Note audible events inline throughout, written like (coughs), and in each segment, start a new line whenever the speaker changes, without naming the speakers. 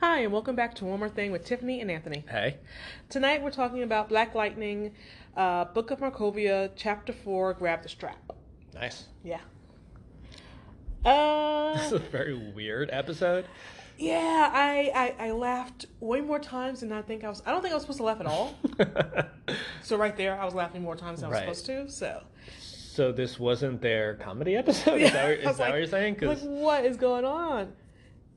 Hi, and welcome back to One More Thing with Tiffany and Anthony.
Hey.
Tonight we're talking about Black Lightning, uh, Book of Markovia, Chapter 4, Grab the Strap.
Nice.
Yeah.
This
Uh,
(laughs) is a very weird episode. (laughs)
yeah, I, I, I laughed way more times than I think I was. I don't think I was supposed to laugh at
(laughs)
all. so, right there, I was laughing more times than I
Right.
was supposed to. So,
so this wasn't their comedy episode? Oh, Is
(laughs)
that, what-
I
is
was
that what you're saying?
Like,
Because
what is going on?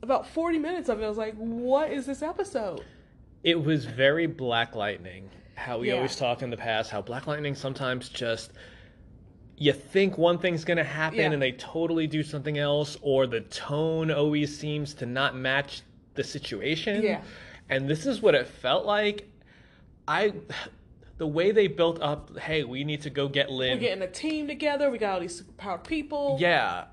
About 40 minutes of it, I was like, what is this episode?
it was very Black Lightning. How we
Yeah.
always talk in the past, how Black Lightning sometimes just you think one thing's going to happen
Yeah.
and they totally do something else, or the tone always seems to not match the situation.
Yeah.
And this is what it felt like. I, the way they built up, hey, we need to go get Lynn.
We're getting a team together. We got all these superpowered people.
Yeah.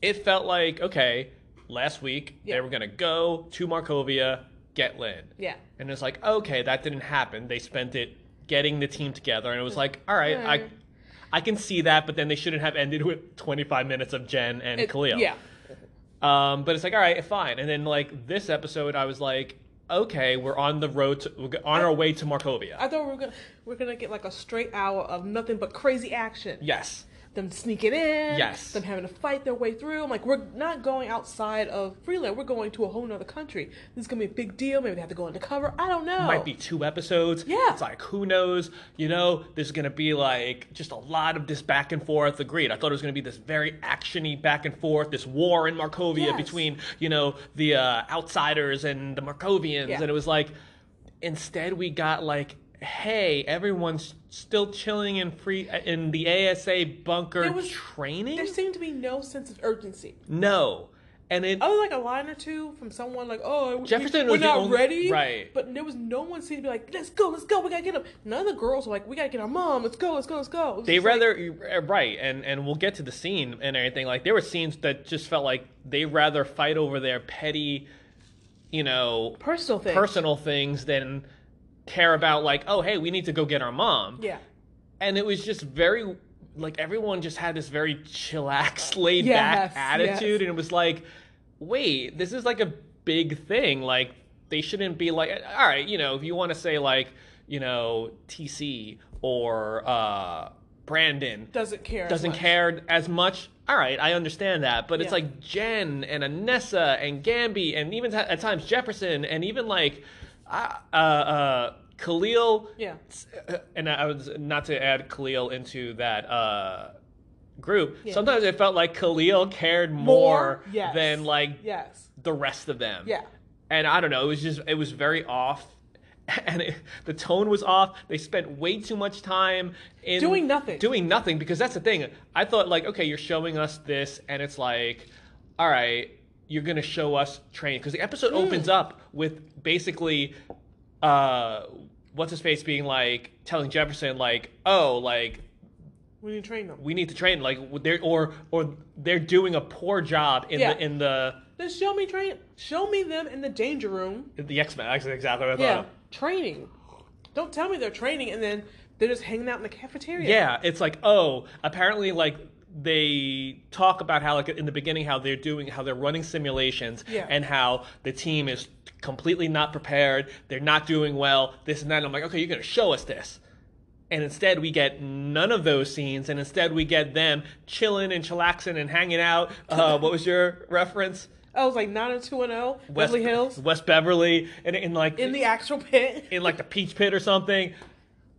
It felt like, okay, last week
Yeah.
they were going to go to Markovia, get Lynn.
Yeah.
And it's like, okay, that didn't happen. They spent it getting the team together. And it was like, all right, I,
Alright.
I can see that, but then they shouldn't have ended with 25 minutes of Jen and
It-
Khalil.
Yeah.
Um, but it's like, all right, fine. And then, like, this episode, I was like, okay, we're on the road, to, we're on our way to Markovia.
I thought we were gonna we're gonna get like a straight hour of nothing but crazy action.
yes.
Them sneaking in.
Yes.
Them having to fight their way through. I'm like, we're not going outside of Freeland. We're going to a whole nother country. This is gonna be a big deal. Maybe they have to go undercover. I don't know.
might be two episodes.
Oh. Yeah.
It's like, who knows? You know, there's going to be like just a lot of this back and forth. Agreed. I thought it was going to be this very actiony back and forth, this war in Markovia
Yes.
between, you know, the uh, outsiders and the Markovians.
Yeah.
And it was like, instead, we got like, hey, everyone's still chilling in free in the ASA bunker
There was-
training?
There seemed to be no sense of urgency.
No. And it.
Other like a line or two from someone like, "Oh, we-
Jefferson
we're
was the
not
only-
ready,"
right.
But there was no one seemed to be like, "Let's go, let's go, we gotta get him." None of the girls were like, "We gotta get our mom, let's go, let's go, let's go." It was
They
just like-
rather uh, right, and and we'll get to the scene and everything. Like there were scenes that just felt like they rather fight over their petty, you know,
personal thing.
personal things than care about like, oh hey, we need to go get our mom.
Yeah.
And it was just very like everyone just had this very chillax, (laughs) laid
Yes,
back attitude, and it was like, wait, this is like a big thing. Like they shouldn't be like, all right, you know, if you want to say like, you know, TC or uh, Brandon
Doesn't care. as
doesn't
much.
care as much. All right, I understand that, but it's
Yeah.
like Jen and Anessa and Gamby and even t- at times Jefferson and even like uh, uh, uh, Khalil.
Yeah.
S- uh, And I was not to add Khalil into that uh, group.
Yeah.
Sometimes it felt like Khalil cared
More?
more,
Yes.
than like
Yes.
the rest of them.
Yeah.
And I don't know, it was just it was very off. (laughs) And it, the tone was off. They spent way too much time in
Doing nothing.
Doing nothing because that's the thing. I thought like, okay, you're showing us this, and it's like, all right, you're gonna show us training because the episode
Hmm.
opens up with basically, uh, what's his face being like telling Jefferson like, oh, like
We need to train them.
we need to train like they're or or they're doing a poor job in
Yeah.
the in the
Then show me train. Show me them in the danger room.
the X Men. That's exactly what I
Yeah,
thought. of.
training. Don't tell me they're training and then they're just hanging out in the cafeteria.
Yeah, it's like oh, apparently like they talk about how like in the beginning how they're doing how they're running simulations
Yeah.
and how the team is completely not prepared. They're not doing well. This and that. And I'm like, okay, you're gonna show us this. And instead, we get none of those scenes, and instead we get them chilling and chillaxing and hanging out. Uh, what was your reference?
I was like nine oh two and zero. Beverly Hills
West Beverly, and in like
in the actual pit. (laughs)
in like the peach pit or something.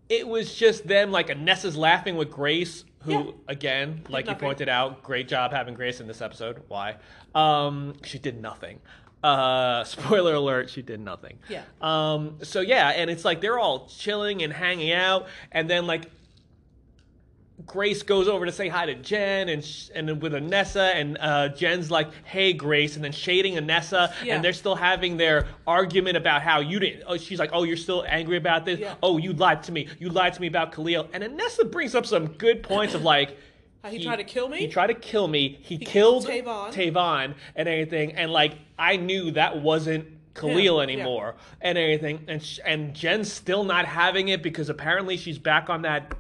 It was just them like Anessa's laughing with Grace, who
Yeah.
again, like you
nothing.
pointed out, great job having Grace in this episode. Why? Um, she did nothing. Uh, (laughs) spoiler alert, she did nothing.
Yeah.
Um, so yeah, and it's like they're all chilling and hanging out, and then like Grace goes over to say hi to Jen and sh- and then with Anessa and uh, Jen's like, "Hey, Grace," and then shading Anessa,
Yeah.
and they're still having their argument about how you didn't. Oh, she's like, "Oh, you're still angry about this.
Yeah.
Oh, you lied to me. You lied to me about Khalil." And Anessa brings up some good points of like.
(laughs) How he tried to kill me?
He tried to kill me. He, killed
Tavon.
Tavon and anything. And like I knew that wasn't Khalil
yeah.
anymore and anything. And sh- and Jen's still not having it because apparently she's back on that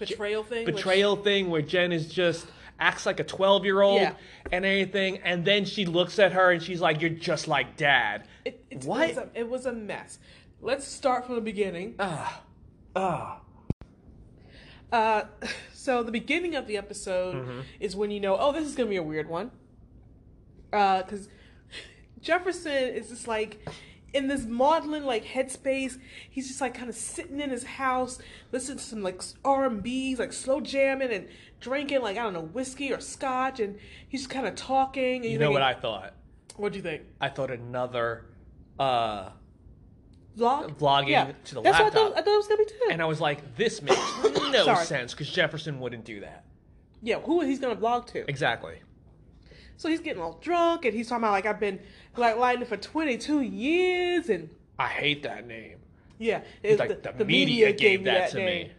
Betrayal thing. which-
betrayal thing where Jen is just acts like a 12 year old
Yeah.
and anything. And then she looks at her and she's like, You're just like dad.
It, it's,
What?
It was, a, it was a mess. Let's start from the beginning.
Ah, ah.
Uh, (laughs) so the beginning of the episode
Mm-hmm.
is when you know, oh, this is gonna be a weird one, because (laughs) Jefferson is just like in this maudlin like headspace. He's just like kind of sitting in his house, listening to some like R and B's, like slow jamming and drinking like I don't know whiskey or scotch, and he's just kind of talking. And
You
you're
know what I
thinking,
thought?
What do you think?
I thought another, uh,
Vlog.
Vlogging to the
That's what I
laptop.
thought. I thought it was gonna be too.
and I was like, This (coughs) makes no
Sorry.
sense because Jefferson wouldn't do that.
yeah, who he's gonna vlog to?
Exactly.
So he's getting all drunk and he's talking about like I've been black lightning for 22 years and
I hate that name.
yeah,
He's
it's
like, the, media, gave,
me
that, to
name."
me.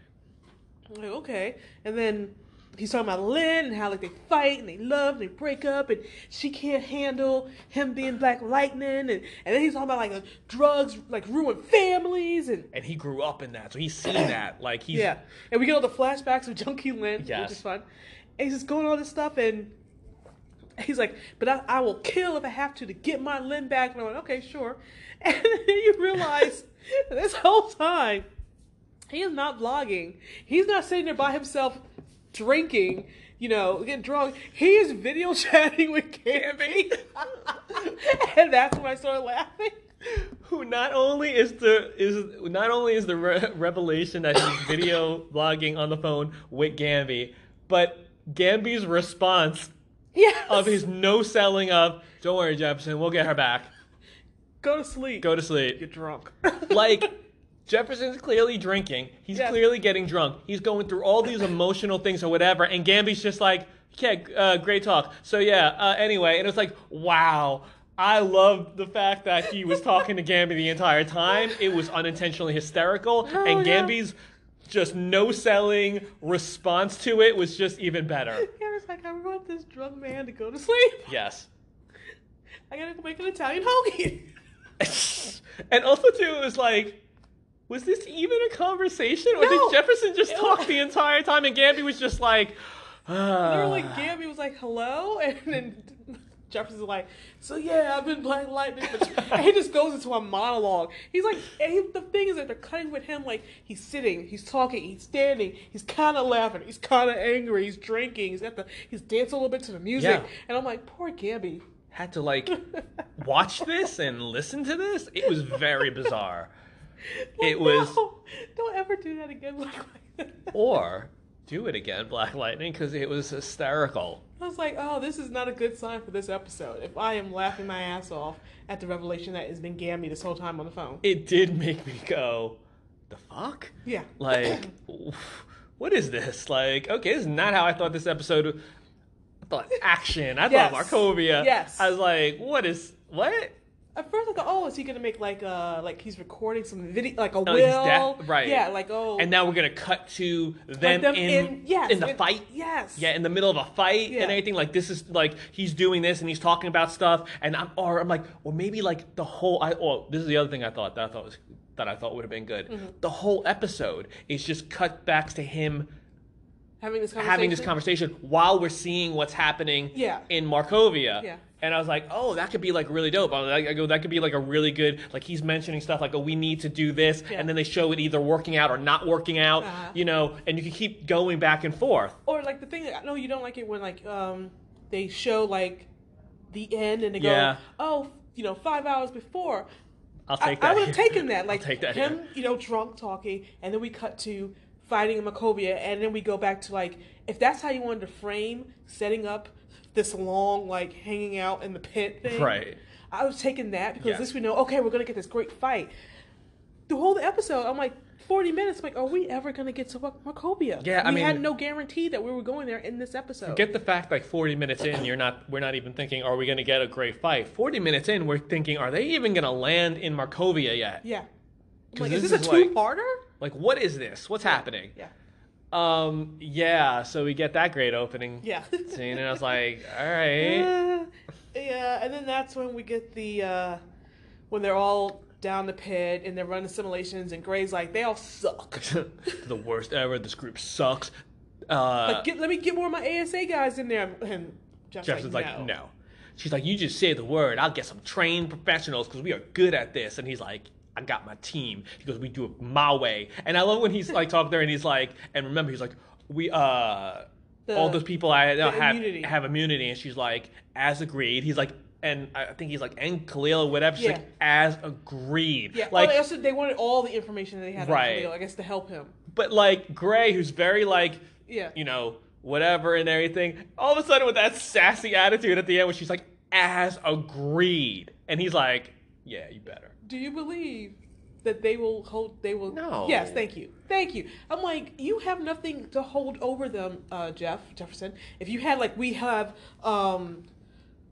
I'm like, okay, and then he's talking about Lynn and how like they fight and they love and they break up and she can't handle him being black lightning and and then he's talking about like uh, drugs like ruin families and
And he grew up in that, so he's seen (coughs) that. Like he's
yeah, and we get all the flashbacks of Junkie Lynn,
Yes.
which is fun. And he's just going all this stuff, and he's like, "But I, I will kill if I have to to get my Lynn back." And I went, "Okay, sure." (laughs) And then you realize (laughs) this whole time he is not vlogging. He's not sitting there by himself drinking. You know, getting drunk. He is video (laughs) chatting with Cammy, (laughs) and that's when I started laughing. (laughs)
who not only is the is not only is the re- revelation that he's (coughs) video blogging on the phone with Gamby, but Gamby's response
Yes.
of his no selling of "Don't worry, Jefferson, we'll get her back.
go to sleep.
Go to
You're
sleep."
drunk.
Like
(laughs)
Jefferson's clearly drinking. He's
Yes.
clearly getting drunk. He's going through all these emotional things or whatever, and Gamby's just like, "Yeah, uh, great talk." So yeah. Uh, anyway, and it's like, wow. I love the fact that he was talking to Gamby the entire time. It was unintentionally hysterical, and
Oh, yeah.
Gamby's just no selling response to it was just even better.
Yeah, it's like I want this drunk man to go to sleep.
Yes.
I gotta go make an Italian hoagie. (laughs)
(laughs) and also too, it was like, was this even a conversation, or
No.
did Jefferson just
It
talk
was-
the entire time, and Gamby was
(laughs)
just like,
Literally,
ah.
Gabby was like, "Hello," (laughs) and then Jefferson's like, "So yeah, I've been playing lightning," but
(laughs)
and he just goes into a monologue. He's like, and he, the thing is that they're cutting with him like he's sitting, he's talking, he's standing, he's kind of laughing, he's kind of angry, he's drinking, he's at the, he's dancing a little bit to the music,
Yeah.
and I'm like, poor Gabby. (laughs)
had to like watch this and listen to this. It was very bizarre.
Like,
It was-
"No, don't ever do that again. (laughs) Like,
Or do it again, Black Lightning, because it was hysterical.
I was like, oh, this is not a good sign for this episode. If I am laughing my ass off at the revelation that has been Gammy this whole time on the phone.
It did make me go, the fuck.
Yeah. (laughs)
like oof, what is this like okay this is not how i thought this episode i thought action i
Yes.
thought markovia
Yes.
i was like what is what
At first I thought, oh, is he gonna make like uh like he's recording some video like a
No,
will?
he's def- right.
Yeah, like oh
and now we're gonna cut to
like
them,
them
in,
yes,
in the fight
Yes.
yeah in the middle of a fight
Yeah.
and anything like this is like he's doing this and he's talking about stuff and i'm or i'm like or maybe like the whole i oh this is the other thing i thought that i thought was that i thought would have been good
Mm-hmm.
the whole episode is just cutbacks to him
having this conversation.
having this conversation while we're seeing what's happening
Yeah.
in Markovia.
Yeah.
And I was like, oh, that could be like really dope. I, was like- I go, that could be like a really good, like he's mentioning stuff like, oh, we need to do this.
Yeah.
And then they show it either working out or not working out,
Uh-huh.
you know, and you can keep going back and forth.
Or like the thing that I know you don't like it when like um they show like the end and they go,
Yeah.
Oh, you know, five hours before.
I'll
I,
take that.
I would have
here.
taken that. Like
take that
him,
here.
you know, drunk talking, and then we cut to fighting in Macovia, and then we go back to like if that's how you wanted to frame setting up this long like hanging out in the pit thing.
Right.
I was taking that because
Yeah.
at least we know, okay, we're gonna get this great fight. The whole episode, I'm like, 40 minutes, like, are we ever gonna get to Mac- Macovia?
Yeah, I
we had
mean-
no guarantee that we were going there in this episode.
(laughs) Get the fact like 40 minutes in, you're not, we're not even thinking, are we going to get a great fight? 40 minutes in, we're thinking, are they even going to land in Markovia yet?
yeah, I'm like,
'Cause
is
this
this,
is
a
like-
two-parter?
Like, what is this? What's happening?
Yeah,
Um, yeah, so we get that great opening
yeah. (laughs)
scene, and I was like, all right.
Uh, (laughs) yeah, and then that's when we get the uh, when they're all down the pit and they're running simulations, and Gray's like, they all suck.
the worst ever, this group sucks. Uh,
Like, get, let me get more of my ASA guys in there. And Jeff's,
Jefferson's like, no. She's like, you just say the word. I'll get some trained professionals because we are good at this. And he's like, I got my team. He goes, we do it my way. And I love when he's like talking there and he's like, and remember, he's like, we uh,
The-
all those people I know
the
have
immunity.
have immunity. And she's like, as agreed. He's like, and I I think he's like, and Khalil, or whatever. She's
Yeah.
like, as agreed.
Yeah.
Like,
oh, they also, they wanted all the information that they had
Right.
on Khalil, I guess, to help him.
but like Gray, who's very like,
Yeah.
you know, whatever and everything. All of a sudden, with that sassy attitude at the end, where she's like, "As agreed," and he's like, "Yeah, you better."
Do you believe that they will hold? They will.
No.
Yes. Thank you. Thank you. I'm like, you have nothing to hold over them, uh, Jeff Jefferson. If you had like we have um,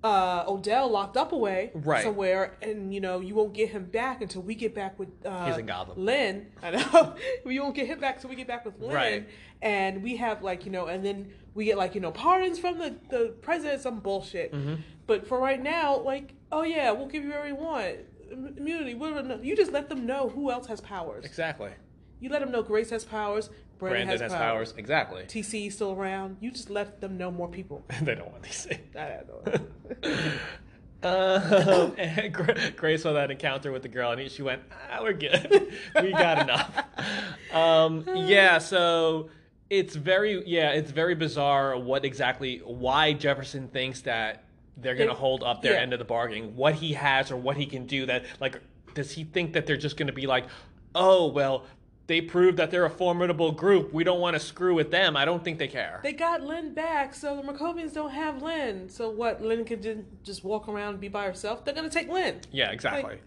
uh, Odell locked up away
Right.
somewhere, and you know you won't get him back until we get back with. Uh,
He's in Gotham.
Lynn. I know. (laughs) we won't get him back till we get back with Lynn.
Right.
And we have like you know, and then we get like you know pardons from the the president, some bullshit.
Mm-hmm.
But for right now, like, oh yeah, we'll give you whatever you want. Im- Immunity, whatever. no- You just let them know who else has powers.
Exactly.
You let them know Grace has powers. Brandon,
Brandon has, powers. Exactly. (laughs)
TC is still around. You just let them know more people.
they don't want these things.
I don't know.
Um, and (laughs) Gra- Grace saw that encounter with the girl, and she went, ah, "We're good. (laughs) we got enough." Um, yeah. So it's very, yeah, it's very bizarre what exactly why Jefferson thinks that they're going to
They-
hold up their
yeah.
end of the bargaining, what he has or what he can do. That like, does he think that they're just going to be like, "Oh, well." They proved that they're a formidable group. We don't want to screw with them. I don't think they care.
they got Lynn back, so the Markovians don't have Lynn. So what? Lynn can ju- just walk around and be by herself. They're gonna take Lynn.
Yeah, exactly.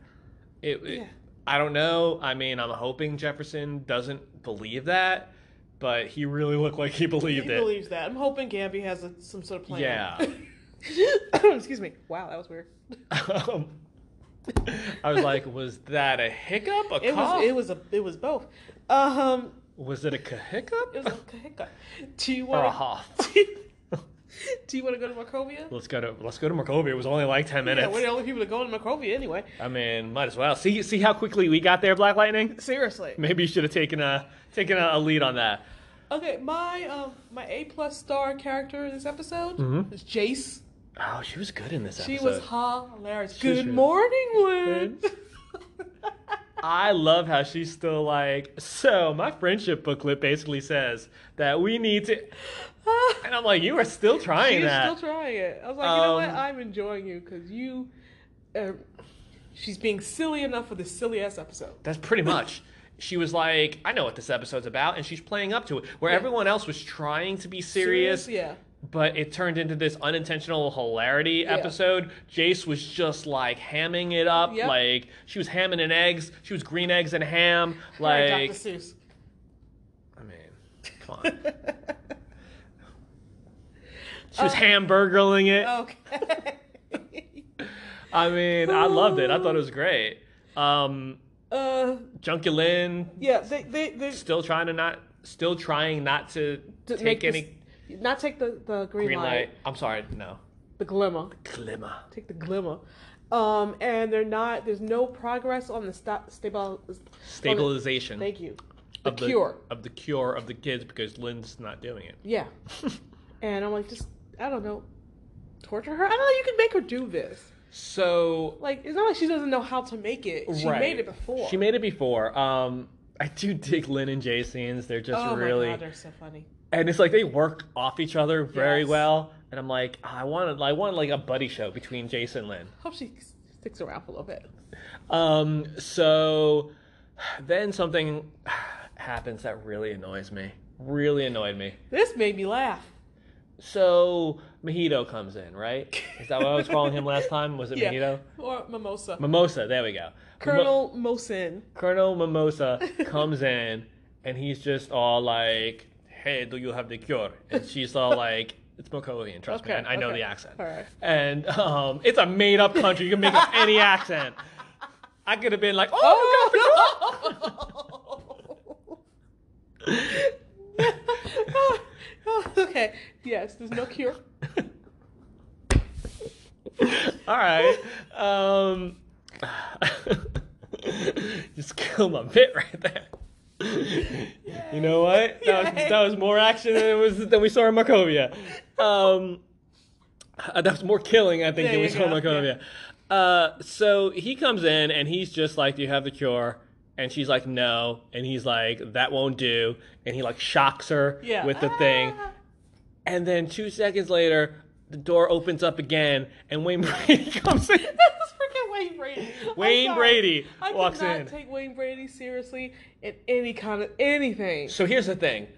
it, it-
yeah.
I don't know. I mean, I'm hoping Jefferson doesn't believe that, but he really looked like he
He
believed it.
believes that. I'm hoping Gambi has a, some sort of plan.
Yeah.
(laughs) Excuse me. Wow, that was weird.
(laughs) Um, I was like, was that a hiccup? A
It
cough?
was. It was a. It was both. Um.
was it a ca- hiccup?
It was a (laughs) hiccup. Do you
or a
want? (laughs)
huff?
Do you want to go to Markovia?
let's go to let's go to Markovia. It was only like ten
Yeah,
minutes.
we're the only people that go to Markovia anyway.
I mean, might as well see see how quickly we got there, Black Lightning.
Seriously.
Maybe you should have taken a taken a, a lead on that.
Okay, my um my A plus star character in this episode is Jace.
Oh, she was good in this
She
Mm-hmm. episode.
was hilarious.
was
Good
really-
morning, Lynn.
I love how she's still like, so my friendship booklet basically says that we need to.
(laughs)
(laughs) And I'm like, you are still trying
She's
that.
still trying it. I was like, you know what?
Um,
I'm enjoying you because you. Um, she's being silly enough for this silly ass episode.
That's pretty much. She was like, I know what this episode's about, and she's playing up to it. Where everyone else was trying to be serious,
Yeah.
but it turned into this unintentional hilarity episode. Jace was just like hamming it up.
Yep.
Like, she was hamming and eggs. She was green eggs and ham.
Sorry,
Like,
Dr. Seuss.
I mean, come on.
(laughs)
She
Uh,
was hamburgling it.
Okay. (laughs)
I mean, I loved it. I thought it was great. Um,
uh,
Junkie Lin
yeah. They they they
still trying to not, still trying not to,
to
take
this-
any
not take the the green,
green
light,
light. I'm sorry, no.
the glimmer.
Glimmer.
Take the glimmer. Um, and they're not. There's no progress on the stop stable.
Stabilization
Thank you. The
of the
cure.
of the cure of the kids because Lynn's not doing it.
Yeah. (laughs) and I'm like, just I don't know, torture her. I don't know. You can make her do this.
So
Like it's not like she doesn't know how to make it. She
Right.
made it before.
She made it before. Um, I do dig Lynn and Jay scenes. They're just
Oh
really
my god, they're so funny.
and it's like they work off each other very
Yes.
well. And I'm like, "Ah, I wanted, I wanted like a buddy show between Jason and Lynn.
Hope she sticks around for a little bit.
Um, so then something happens that really annoys me. Really annoyed me.
This made me laugh.
So Mojito comes in, right? Is that what I was calling him last time? Was
(laughs)
it
Yeah.
Mojito?
Or mimosa.
Mimosa. There we go. Mo-
Colonel Mosin.
Colonel
(laughs)
Mimosa comes in and he's just all like, "Hey, do you have the cure?" And she's all like, "It's Mokovian, trust me.
Okay,
I, I know
okay.
the accent."
All right.
And um, it's a made-up country. You can make up any accent. I could have been like, "Oh, God,
(laughs) (laughs)
(laughs)
okay. Yes, there's no cure.
all right." Um, (laughs) just killed my bit right there. You know what? That was,
Yay.
that was more action than it was than we saw in Markovia. Um, uh, that was more killing, I think,
There
than we
you
saw in
go,
Markovia. Uh, so he comes in and he's just like, "Do you have the cure?" And she's like, "No." And he's like, "That won't do." And he like shocks her
Yeah.
with the thing.
Ah. (laughs)
And then two seconds later, the door opens up again, and Wayne (laughs) Brady comes in.
That's freaking Wayne Brady. I'm
Wayne
sorry.
Brady
I
walks
could not
in.
take Wayne Brady seriously in any kind of anything.
So here's the thing.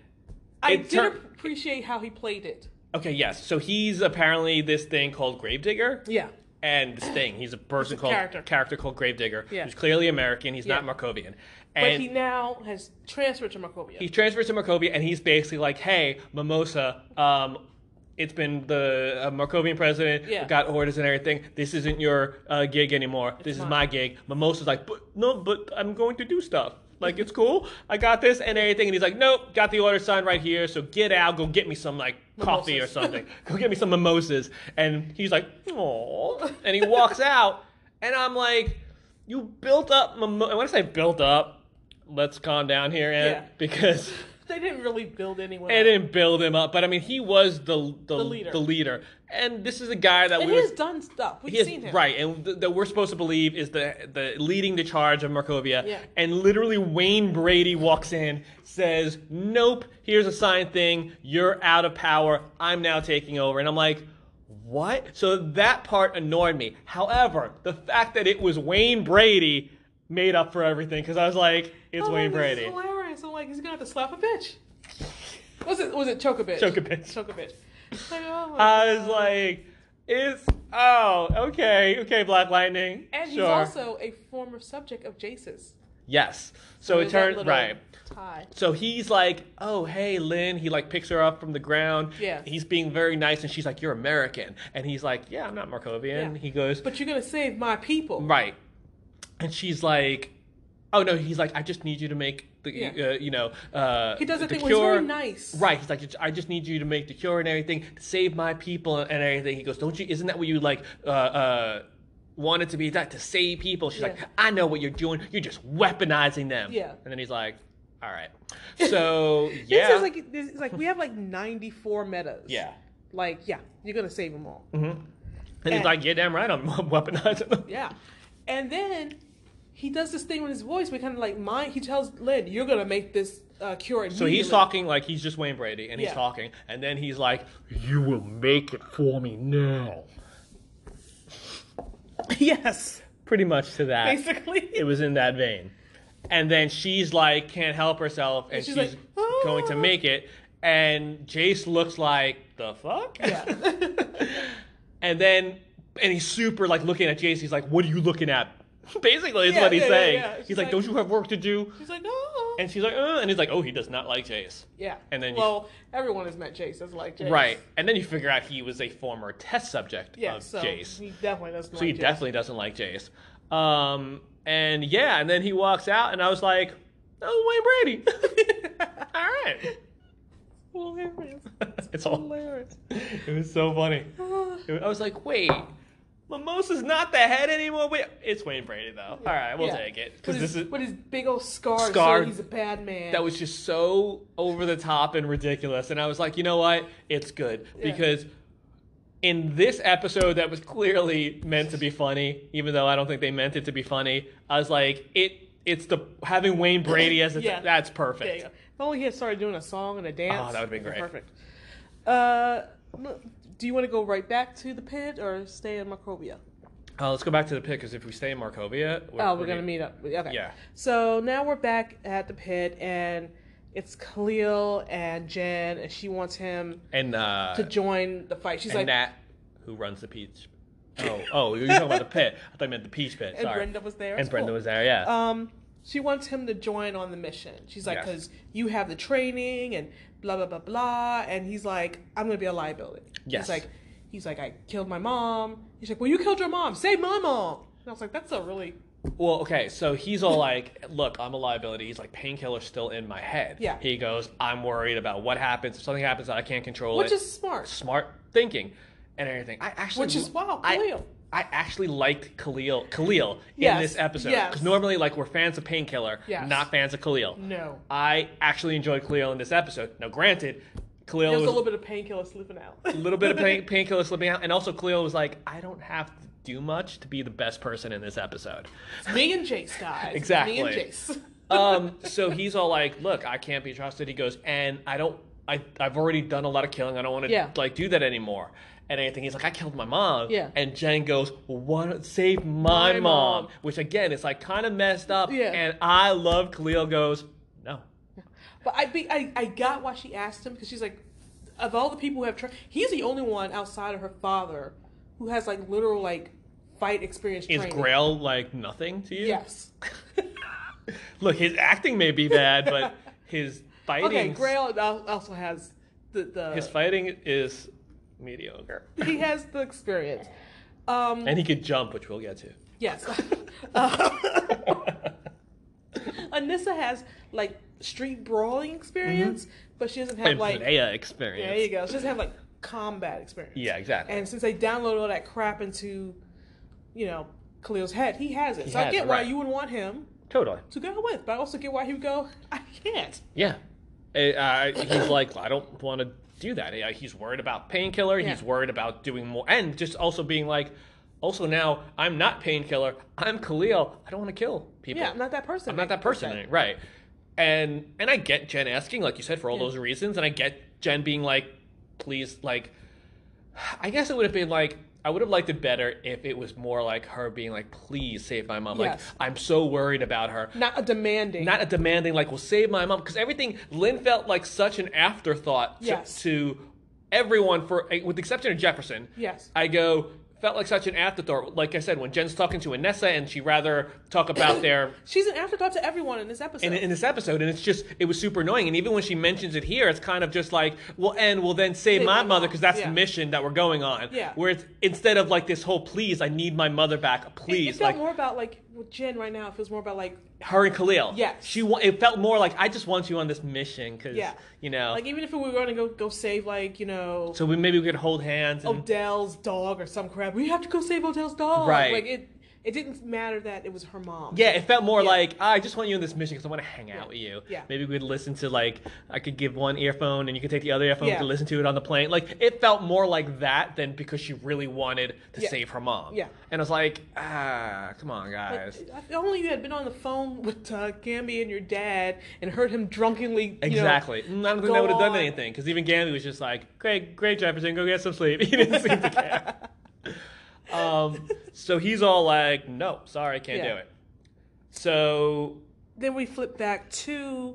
I
it
did
tur-
appreciate how he played it.
Okay, yes. So he's apparently this thing called Gravedigger.
Yeah.
and this thing. He's a person
a
called
character.
called Gravedigger,
Yeah.
who's clearly American. He's
Yeah.
not Markovian,
But
and
he
he,
now has transferred to Markovia.
transfers to Markovia, and he's basically like, "Hey, Mimosa, um, it's been the uh, Markovian president
Yeah.
got orders and everything. This isn't your uh, gig anymore. this is
mine."
my gig." Mimosa's like, "But no, but I'm going to do stuff." Like it's cool, I got this and everything, and he's like, "Nope, got the order signed right here. So get out, go get me some like coffee or
Mimosas.
something. Go get me some mimosas. And he's like, "Aw," and he walks out, and I'm like, "You built up mimo." And when I say built up, let's calm down here, and
Yeah.
because
they didn't really build anyone.
I
up.
didn't build him up, but I mean, he was the the, the leader.
leader.
And this is a guy that
And
we
he
were-
has done stuff. We've
he is-
seen him.
right, and th- that we're supposed to believe is the the leading the charge of Markovia.
Yeah.
And literally, Wayne Brady walks in, says, "Nope, here's a signed thing. You're out of power. I'm now taking over." And I'm like. What? So that part annoyed me. However, the fact that it was Wayne Brady made up for everything because I was like, "It's
Oh,
Wayne
this is
Brady."
hilarious. I'm like, he's gonna have to slap a bitch. Was it? Was it choke a bitch?
Choke a bitch. Uh,
Choke a bitch. Like, oh my
I was
God.
like, "It's oh, okay, okay, Black Lightning."
and he's
sure.
also a former subject of Jace's.
yes. So it
There's that
turned
little
right.
Tie.
So he's like, "Oh, hey, Lynn." He like picks her up from the ground.
Yeah.
He's being very nice, and she's like, "You're American," and he's like, "Yeah, I'm not Markovian."
Yeah.
He goes,
But you're gonna save my people.
"Right," and she's like, "Oh no," he's like, "I just need you to make the
Yeah.
uh, you know uh,
He does
the
that thing
cure."
where he's very nice.
Right. He's like, I just need you to make the cure and everything to save my people and everything. He goes, don't you? Isn't that what you like? Uh, uh, wanted to be that to save people. She's like,
Yeah.
I know what you're doing. You're just weaponizing them.
Yeah.
And then he's like,
(laughs)
all right. So
This
yeah,
is like this is like we have like 94 metas.
yeah.
Like yeah, you're gonna save them all.
And he's
And-
like, yeah, damn right, I'm (laughs) weaponizing them.
Yeah, and then he does this thing with his voice. We kind of like mind. He tells Lynn, "You're gonna make this uh, cure."
So he's
immediately."
talking like he's just Wayne Brady, and he's
Yeah.
talking, and then he's like, "You will make it for me now."
(laughs) yes,
Pretty much to that.
basically.
(laughs) it was in that vein. And then she's like, can't help herself, and she's,
she's like, "Ah."
going to make it. And Jace looks like, the fuck?
Yeah.
(laughs) and then, and he's super like looking at Jace. He's like, what are you looking at? (laughs) Basically, is
Yeah,
what he's
yeah, yeah,
saying.
yeah.
He's
She's
like,
like-
don't you have work to do?
She's like, "Oh."
And she's like, uh, and he's like, oh, he does not like Jace.
yeah.
and then you-
well, everyone has met Jace. Doesn't like Jace.
Right. And then you figure out he was a former test subject
Yeah.
of
so
Jace.
he definitely doesn't.
So he
like Jace.
definitely doesn't like Jace. Um, and yeah, and then he walks out, and I was like, that was Wayne Brady.
(laughs)
All right. (laughs)
Hilarious.
It's all.
Hilarious.
(laughs) It was so
(sighs)
funny.
Ah.
It was- I was like, wait, Mimosa's not the head anymore. Wait, it's Wayne Brady though. All right, we'll
Yeah.
take it
With
because
his,
this is
with his big old scar, so
Scar.
he's a bad man.
that was just so over the top and ridiculous. And I was like, you know what? It's good
Yeah.
because in this episode that was clearly meant to be funny, even though I don't think they meant it to be funny, I was like, it. It's the having Wayne Brady as a,
Yeah.
that's
There
perfect.
you go. If only he had started doing a song and a dance.
Oh, that would've been
it'd
great.
Perfect. Uh, look, do you want to go right back to the pit or stay in Macrobia?
Uh, let's go back to the pit because if we stay in Markovia, we're,
Oh, we're gonna meet up. Okay.
Yeah.
So now we're back at the pit, and it's Khalil and Jen, and she wants him
and uh,
to join the fight. She's
and
like,
Nat, who runs the peach. Oh, oh, you're talking about the pit. I thought you meant the peach pit.
and
Sorry.
Brenda was there.
and
It's
Brenda
cool.
was there. Yeah.
Um, she wants him to join on the mission. She's like,
Yes.
because you have the training and blah blah blah blah. And he's like, I'm gonna be a liability.
Yes.
He's like, he's like, I killed my mom. He's like, well, you killed your mom. Save my mom. And I was like, that's a really
Well, okay, so he's all like, "Look, I'm a liability." He's like, "Painkiller's still in my head."
Yeah.
He goes, "I'm worried about what happens if something happens that I can't control."
which
it.
is smart.
smart thinking and everything. I actually,
Which is wow,
I,
Khalil.
I actually liked Khalil Khalil
Yes,
in this episode
yes.
because normally like we're fans of Painkiller,
Yes.
not fans of Khalil.
No.
I actually enjoyed Khalil in this episode. Now, granted, Khalil
There was
was
a little bit of painkiller slipping out.
a little bit of pain, painkiller slipping out, and also Cleo was like, "I don't have to do much to be the best person in this episode."
(laughs) Me and Jace, guys.
Exactly.
Me and Jace.
Um, so he's all like, "Look, I can't be trusted." He goes, "And I don't. I I've already done a lot of killing. I don't want to
Yeah.
like do that anymore." And anything, he's like, "I killed my mom."
Yeah.
And Jen goes, "What? Save my,
My
mom.
mom.
Which again, it's like kind of messed up.
Yeah.
And I love Khalil goes, "No."
But I, be, I I got why she asked him because she's like, of all the people who have tried, he's the only one outside of her father who has like literal like fight experience.
Is
training.
Grail like nothing to you?
Yes.
Look, his acting may be
(laughs)
bad, but his fighting.
Okay, Grail al- also has the the
His fighting is mediocre.
he has the experience. Um,
And he could jump, which we'll
(laughs)
get to. (laughs)
yes. uh, (laughs) Anissa has like street brawling experience,
Mm-hmm.
but she doesn't have
and
like
Prea experience.
There you go. She doesn't have like combat experience.
Yeah, exactly.
And since they downloaded all that crap into, you know, Khalil's head, he has it. so I
has
get
it,
why
right.
you would want him
totally.
to go with, but I also get why he would go, I can't.
Yeah. Uh, I- he's like, I don't want to do that. Uh, He's worried about painkiller.
Yeah.
He's worried about doing more. And just also being like, also now, I'm not painkiller. I'm Khalil. I don't want to kill people.
Yeah, I'm not that person.
I'm not that person,
Okay.
right? And and I get Jen asking, like you said, for all
Yeah.
those reasons, and I get Jen being like, please, like, I guess it would have been like. I would have liked it better if it was more like her being like, "Please save my mom."
Yes.
Like, I'm so worried about her.
Not a demanding.
Not a demanding like, "Well, save my mom," because everything Lynn felt like such an afterthought to,
Yes.
to everyone, for eh, with the exception of Jefferson.
Yes.
I go felt like such an afterthought. Like I said, when Jen's talking to Anessa, and she rather talk about
(coughs)
their
She's an afterthought to everyone in this episode.
in, in this episode, and it's just it was super annoying. And even when she mentions it here, it's kind of just like, well, and we'll then save
Save my
my mother
mom.
'cause mother because that's
Yeah.
the mission that we're going on.
Yeah.
Where it's instead of like this whole please, I need my mother back,
It-
please,
it felt
like
more about like with Jen right now. It feels more about like
her and Khalil.
Yes.
She wa- it felt more like I just want you on this mission because
Yeah.
you know.
like even if we were going to go go save like you know
so we maybe we could hold hands.
Oh,
And,
(laughs) Odell's dog or some crap. We have to go save Odell's dog.
Right.
Like it. It didn't matter that it was her mom.
yeah, it felt more
Yeah.
like I just want you on this mission because I want to hang out with you.
Yeah.
Maybe we could listen to like I could give one earphone and you could take the other earphone
Yeah.
to listen to it on the plane. Like it felt more like that than because she really wanted to
Yeah.
save her mom.
Yeah.
And I was like, ah, come on,
Like,
guys.
if only you had been on the phone with uh, Gamby and your dad and heard him drunkenly. You
Exactly. Mm, I don't think that
go
would have done
on.
anything because even Gammy was just like, "Great, great, Jefferson, go get some sleep." (laughs) He didn't seem to care.
(laughs)
um, so he's all like, "No, sorry, can't
Yeah.
do it." So
Know, then we flip back to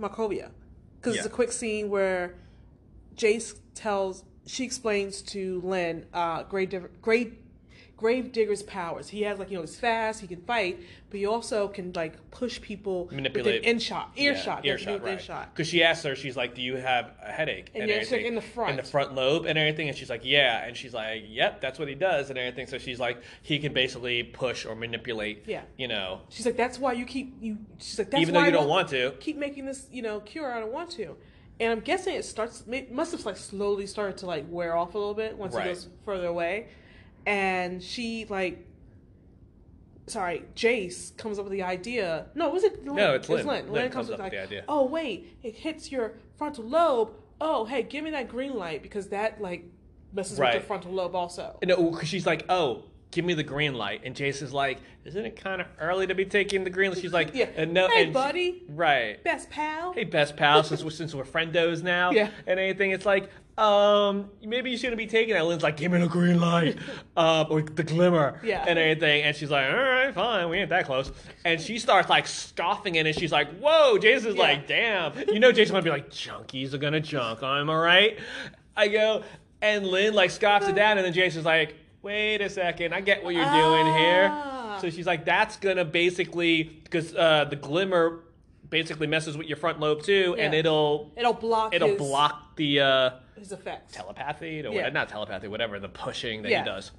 Markovia because it's a
Yeah.
quick scene where Jace tells she explains to Lynn uh, grave div- grave grave digger's powers. He has like you know he's fast, he can fight, but he also can like push people
Manipulate.
within shot, earshot,
Yeah,
They have to do
earshot,
with
right.
earshot.
Because she asks her, she's like, "Do you have a headache?"
And yeah, it's like
everything.
in the front.
in the front lobe, and everything. And she's like, "Yeah," and she's like, "Yep, that's what he does," and everything. So she's like, he can basically push or manipulate.
Yeah.
You know,
She's like, that's why you keep you. She's like, that's
even
why
though
I
you don't want to.
keep making this, you know, cure. I don't want to. And I'm guessing it starts, it must have like slowly started to like wear off a little bit once
Right.
it goes further away. And she like, sorry, Jace comes up with the idea. No, was it? Lynn?
No, it's Lynn.
Lynn.
Lynn
comes, up with the idea. Oh wait, it hits your frontal lobe. Oh hey, give me that green light because that like messes with your
Right.
frontal lobe also.
No, because she's like, "Oh." Give me the green light, and Jason's like, "Isn't it kind of early to be taking the green light?" She's like,
Yeah.
uh, no,
Hey,
and she-
buddy.
right?
Best pal.
Hey, best pal, since we're, since we're friendos now,
Yeah.
and anything, it's like, um, maybe you shouldn't be taking that. Lynn's like, give me the green light, uh, or the glimmer,
Yeah.
and anything, and she's like, all right, fine, we ain't that close, and she starts like scoffing it, and she's like, whoa, Jason's
Yeah.
like, damn, you know, Jason might be like, junkies are gonna junk, I'm all right. I go, and Lynn like scoffs
Uh.
it down, and then Jason's like, wait a second, I get what you're doing
Ah.
here. So she's like, that's gonna basically because uh, the glimmer basically messes with your front lobe too, and
Yeah.
it'll
It'll block.
it'll
his,
block the uh,
his effects.
telepathy or
Yeah.
not telepathy, whatever the pushing that
Yeah.
he does,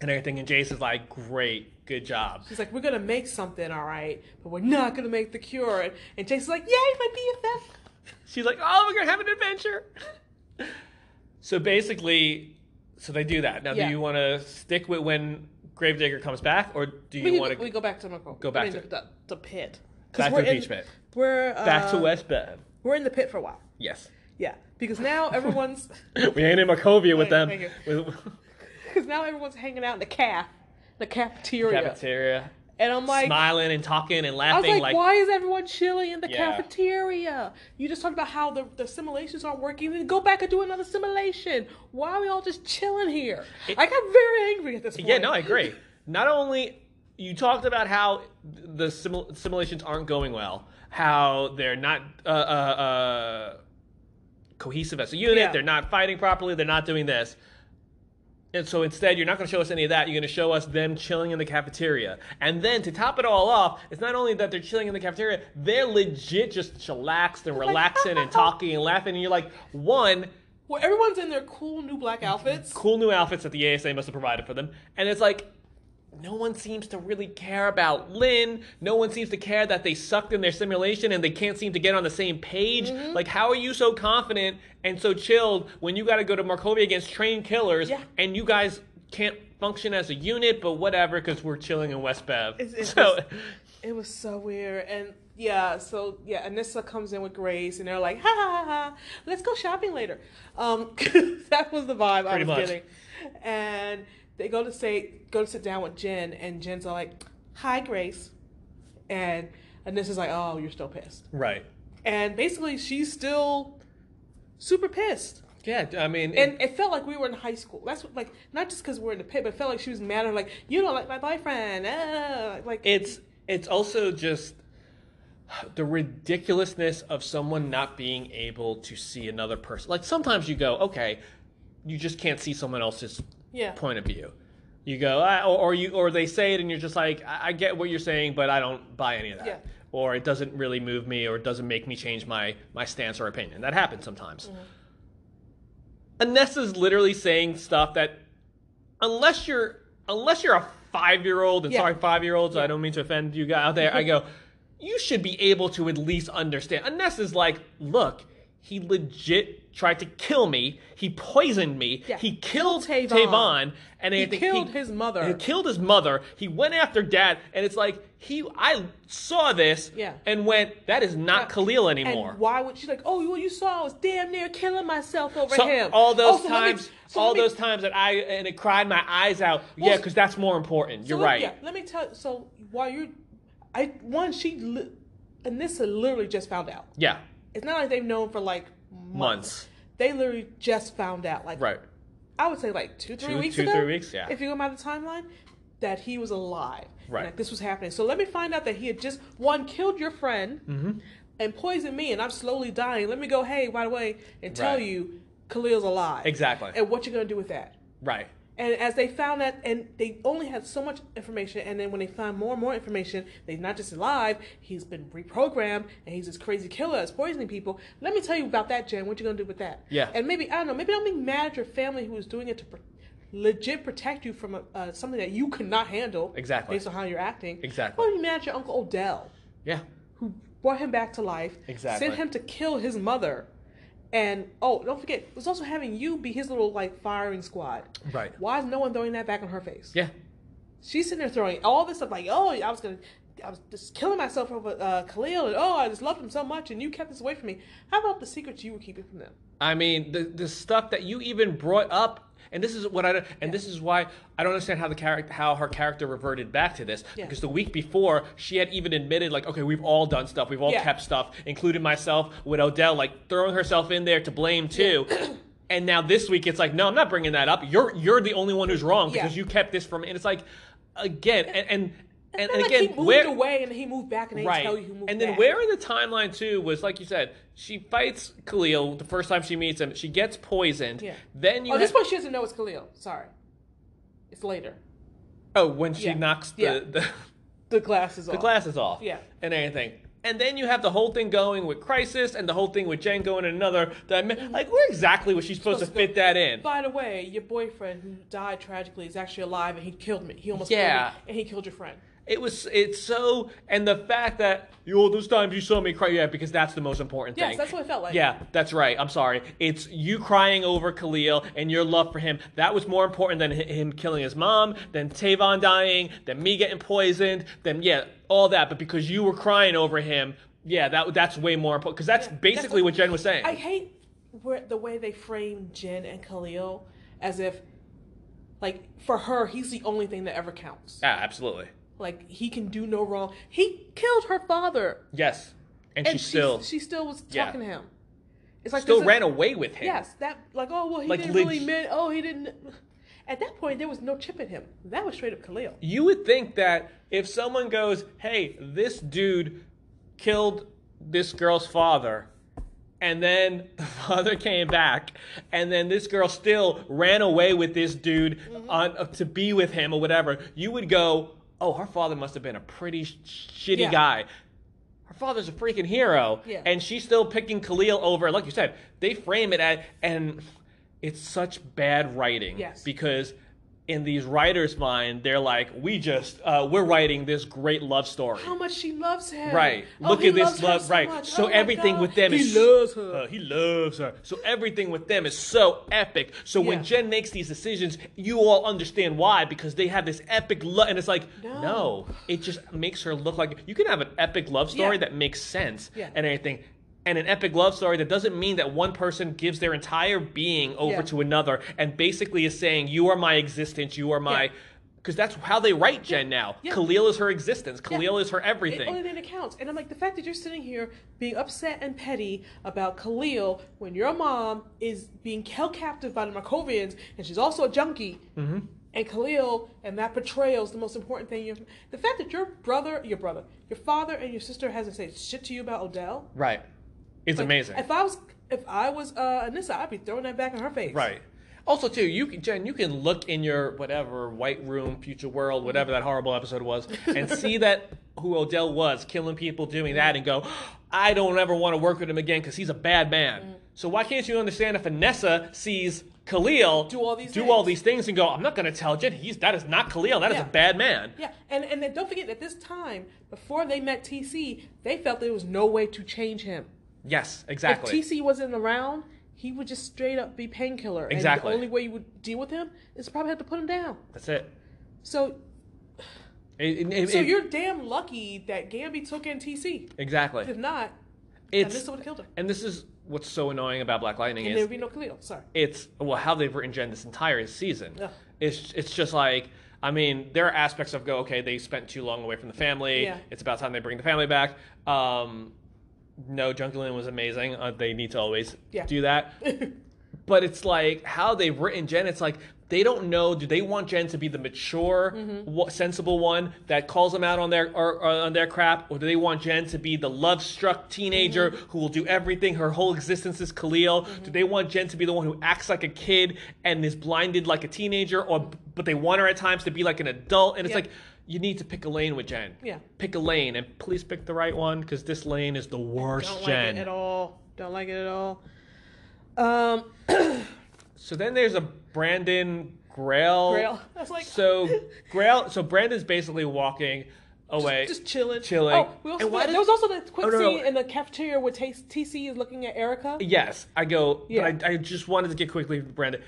and everything. And Jace is like, great, good job.
He's like, we're gonna make something, all right, but we're not gonna make the cure. And, and Jason's like, yay, my BFF.
(laughs) She's like, oh, we're gonna have an adventure. so basically, So they do that. Now,
Yeah.
do you want to stick with when Gravedigger comes back, or do you
we,
want to
we go back to Macomb.
Go back
I mean,
to-
the, the pit. 'Cause
back to
we're
the
in-
beach pit?
We're uh,
Back to West Bend.
We're in the pit for a while.
Yes.
Yeah, because now everyone's
(laughs) we ain't in Macovia with
Thank-
them.
thank you.
With
because now everyone's hanging out in the caf, the cafeteria,
cafeteria,
and I'm like.
smiling and talking and
I was
laughing
like,
like,
why is everyone chilling in the
Yeah.
cafeteria? You just talked about how the, the simulations aren't working. Then go back and do another simulation. Why are we all just chilling here?
It-
I got very angry at this point.
Yeah, no, I agree. Not only you talked about how the simul- simulations aren't going well, how they're not uh, uh, uh, cohesive as a unit,
Yeah.
they're not fighting properly, they're not doing this. And so instead, you're not going to show us any of that. You're going to show us them chilling in the cafeteria. And then to top it all off, it's not only that they're chilling in the cafeteria, they're legit just chillaxed and
(laughs)
relaxing and talking and laughing. And you're like, one,
Well, everyone's in their cool new black outfits.
cool new outfits that the ASA must have provided for them. And it's like, no one seems to really care about Lynn. No one seems to care that they sucked in their simulation and they can't seem to get on the same page.
Mm-hmm.
Like, how are you so confident and so chilled when you got to go to Markovia against trained killers
Yeah.
and you guys can't function as a unit, but whatever, because we're chilling in West Bev.
It's- it's
(laughs) so,
It was so weird. And yeah, so yeah, Anissa comes in with Grace and they're like, ha ha ha, ha let's go shopping later. Um, (laughs) that was the vibe I
Pretty
was
much.
getting. And they go to say, go to sit down with Jen and Jen's all like, hi, Grace. And Anissa's like, oh, you're still pissed.
right.
And basically, she's still super pissed.
Yeah, I mean, it-
And it felt like we were in high school. That's what, like, not just because we're in the pit, but it felt like she was mad at her, like, you don't like my boyfriend. ah," like,
it's it's also just the ridiculousness of someone not being able to see another person. Like sometimes you go, okay, you just can't see someone else's
yeah.
point of view. You go, I, or, or you, or they say it, and you're just like, I, I get what you're saying, but I don't buy any of that.
Yeah.
Or it doesn't really move me, or it doesn't make me change my my stance or opinion. That happens sometimes.
Mm-hmm.
Anessa's literally saying stuff that, unless you're unless you're a five year old, and
Yeah.
sorry five year olds, I
Yeah. Mm-hmm.
don't mean to offend you guys out there. I go, you should be able to at least understand. Anessa's like, look, he legit tried to kill me. He poisoned me.
Yeah.
He killed
Killed
Tavon.
Tavon.
and
He
I think
killed his mother.
He killed his mother. He went after dad, and it's like he. I saw this,
Yeah.
and went. That is not
Yeah.
Khalil anymore.
And why would she like? Oh, well, you saw I was damn near killing myself over
So
him.
all those
Oh, so let me-
times,
so
all
let me-
those times that I and it cried my eyes
Well,
out. Yeah, 'cause yeah, because that's more important.
so
You're
let-
right.
Yeah, let me tell. So while you're, I one she li- Anissa literally just found out.
Yeah.
It's not like they've known for like months.
Months.
They literally just found out. Like
Right.
I would say like two, three
Two-
weeks
two,
ago.
three weeks, yeah.
If you go by the timeline, that he was alive. and,
Right.
Like this was happening. So let me find out that he had just one killed your friend
Mm-hmm.
and poisoned me, and I'm slowly dying. Let me go. Hey, by the way, and tell
Right.
you, Khalil's alive.
Exactly.
And what you're gonna do with that?
Right.
And as they found that, and they only had so much information, and then when they found more and more information, that he's not just alive, he's been reprogrammed, and he's this crazy killer that's poisoning people. Let me tell you about that, Jen. What you gonna do with that?
Yeah.
And maybe I don't know. Maybe don't be mad at your family who was doing it to pr- legit protect you from a, uh, something that you could not handle.
Exactly.
Based on how you're acting.
Exactly.
Don't be mad at your uncle Odell
Yeah.
who brought him back to life.
Exactly.
Sent him to kill his mother. And oh, don't forget, was also having you be his little like firing squad.
Right.
Why is no one throwing that back in her face?
Yeah.
She's sitting there throwing all this stuff like, oh, I was gonna, I was just killing myself over uh, Khalil, and oh, I just loved him so much, and you kept this away from me. How about the secrets you were keeping from them?
I mean, the the stuff that you even brought up, and this is what I don't- and this is why I don't understand how the character how her character reverted back to this
Yeah.
because the week before she had even admitted like, okay, we've all done stuff, we've all
Yeah.
kept stuff, including myself with Odell, like throwing herself in there to
(clears throat)
blame too. And now this week it's like, no, I'm not bringing that up. You're you're the only one who's wrong
Yeah.
because you kept this from. And it's like, again, and and, and,
Not like
again,
he moved
where
away and he moved back, and they
right.
tell you who moved
and then
back.
where in the timeline too was like you said, she fights Khalil the first time she meets him. She gets poisoned.
Yeah.
Then you
Oh, this
have-
point she doesn't know it's Khalil. Sorry, it's later.
oh when she
Yeah.
knocks the,
Yeah.
the
The glass is off.
the glasses off.
Yeah.
And everything. And then you have the whole thing going with Crisis and the whole thing with Jen going in another dimension. Like where exactly was she supposed,
Supposed
to fit that in?
By the way, your boyfriend who died tragically is actually alive, and he killed me. He almost
Yeah.
killed me, and he killed your friend.
It was it's so and the fact that you all those times you saw me cry yeah because that's the most important
Yes,
thing.
that's what it felt like.
Yeah, that's right. I'm sorry. It's you crying over Khalil and your love for him. That was more important than hi- him killing his mom, than Tavon dying, than me getting poisoned, than yeah, all that. But because you were crying over him, yeah, that that's way more important because that's
Yeah, that's
basically
what-
what Jen was saying.
I hate where, the way they frame Jen and Khalil as if, like, for her, he's the only thing that ever counts.
yeah, absolutely.
Like, he can do no wrong. He killed her father,
Yes, and,
she
she still
she still was
Yeah.
talking to him. It's like
still
this is-
ran away with him.
Yes, that like oh well he
Like,
didn't
leg-
really mean oh he didn't. At that point, there was no chip in him. That was straight up Khalil.
you would think that if someone goes, "Hey, this dude killed this girl's father," and then (laughs) the father came back, and then this girl still ran away with this dude
Mm-hmm.
on uh, to be with him or whatever, you would go, "Oh, her father must have been a pretty sh- shitty
Yeah.
guy." Her father's a freaking hero,
Yeah.
and she's still picking Khalil over. Like you said, they frame it at, and it's such bad writing
Yes.
because in these writers' mind, they're like, we just uh, we're writing this great love story.
How much she loves him.
Right.
Oh,
Look
he
at
loves
this
her
love.
so
right.
much.
So
Oh my
everything
God.
with them
He
is
loves her.
Uh, he loves her. So everything with them is so epic. So
Yeah.
when Jen makes these decisions, you all understand why because they have this epic love, and it's like
No.
no. it just makes her look like you can have an epic love story
Yeah.
that makes sense
Yeah.
and everything. And an epic love story that doesn't mean that one person gives their entire being over
Yeah.
to another and basically is saying, You are my existence, you are
Yeah.
my. Because that's how they write Jen now.
Yeah.
Khalil is her existence, Khalil is her
It
everything.
only then accounts. And I'm like, the fact that you're sitting here being upset and petty about Khalil when your mom is being held captive by the Markovians and she's also a junkie.
Mm-hmm.
And Khalil and that betrayal is the most important thing. You're, the fact that your brother, your brother, your father, and your sister hasn't said shit to you about Odell.
Right. It's
Like,
amazing.
If I was, if I was uh, Anissa, I'd be throwing that back in her face.
right. Also, too, you can, Jen, you can look in your whatever white room, future world, whatever that horrible episode was,
(laughs)
and see that who Odell was, killing people, doing that, and go, I don't ever want to work with him again because he's a bad man.
Mm.
So why can't you understand if Vanessa sees Khalil
Do all these
do
things.
all these things and go, I'm not going to tell Jen, he's that is not Khalil, That is
Yeah.
a bad man.
Yeah, and and then don't forget at this time before they met TC, they felt there was no way to change him.
Yes, exactly.
If TC wasn't around, he would just straight up be painkiller. And
Exactly.
the only way you would deal with him is probably have to put him down.
That's it.
So,
It- it- it-
so
it-
you're damn lucky that Gambi took in TC.
exactly.
If not, then
It's
this would have killed him,
and this is what's so annoying about Black Lightning
and
is
there'd be no Khalil. Sorry. (laughs)
it's well how they've written Jen this entire season.
Ugh.
It's it's just like I mean there are aspects of go okay they spent too long away from the family.
Yeah.
It's about time they bring the family back. Um, no, Junkie was amazing. Uh, they need to always
Yeah.
do that. but it's like how they've written Jen. It's like they don't know. Do they want Jen to be the mature,
Mm-hmm.
wa- sensible one that calls them out on their or, or on their crap, or do they want Jen to be the love-struck teenager
Mm-hmm.
who will do everything? Her whole existence is Khalil. Do they want Jen to be the one who acts like a kid and is blinded like a teenager, or but they want her at times to be like an adult? And it's
Yeah.
like you need to pick a lane with Jen.
Yeah.
Pick a lane, and please pick the right one because this lane is the worst,
Don't like
Jen.
it at all. Don't like it at all. Um,
So then there's a Brandon Grail.
Grail. (laughs) I was like-
so Grail. So Brandon's basically walking away.
just chilling,
Chilling.
Oh, we also
And why
there
did-
was also that quick
Oh, no, no.
scene in the cafeteria where T- TC is looking at Erica.
yes, I go.
Yeah.
But I, I just wanted to get quickly to Brandon.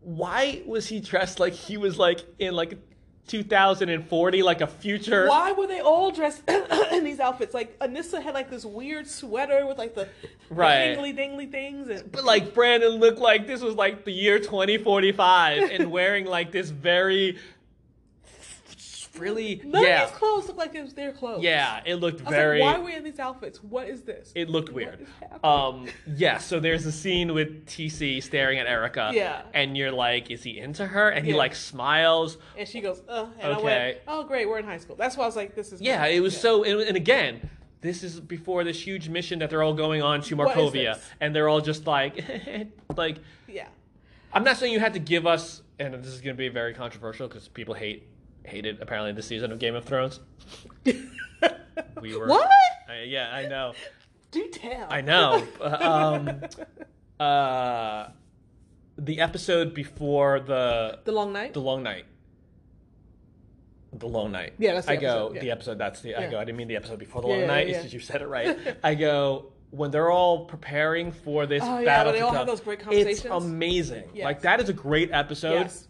Why was he dressed like he was like in like 2040, like a future?
Why were they all dressed (coughs) in these outfits? Like Anissa had like this weird sweater with like the
Right.
dingly dingly things, and
But like Brandon looked like this was like the year 2045
(laughs)
and wearing like this very really
none
yeah
of these clothes look like it was their clothes.
yeah it looked
I was like,
very
why are we in these outfits? What is this?
It looked
What
weird.
is happening?
Um, yeah, so there's a scene with TC staring at Erica.
Yeah.
And you're like, is he into her? And he
Yeah.
like smiles.
and she goes, uh, and I went,
Okay.
oh great, we're in high school. That's why I was like, this is
Yeah, it was
so.
so. And, and again, this is before this huge mission that they're all going on to
What is
Markovia.
this?
And they're all just like, (laughs) like, (laughs)
yeah.
I'm not saying you had to give us, and this is going to be very controversial because people hate, hate it apparently this season of Game of Thrones. We were.
What?
I- yeah, I know.
Do tell.
I
(laughs)
know. um, uh, the episode before the
the long night.
the long night. the Lone Knight.
Yeah, that's the
I go
episode, yeah.
the episode. That's the I
Yeah.
go. I didn't mean the episode before the
Yeah,
Lone
yeah,
Knight.
yeah.
It's just you said
(laughs)
it right. I go when they're all preparing for this
Oh, yeah,
battle.
when they
to
all have
come,
those great
It's
conversations.
amazing.
Yes.
Like that is a great episode.
Yes.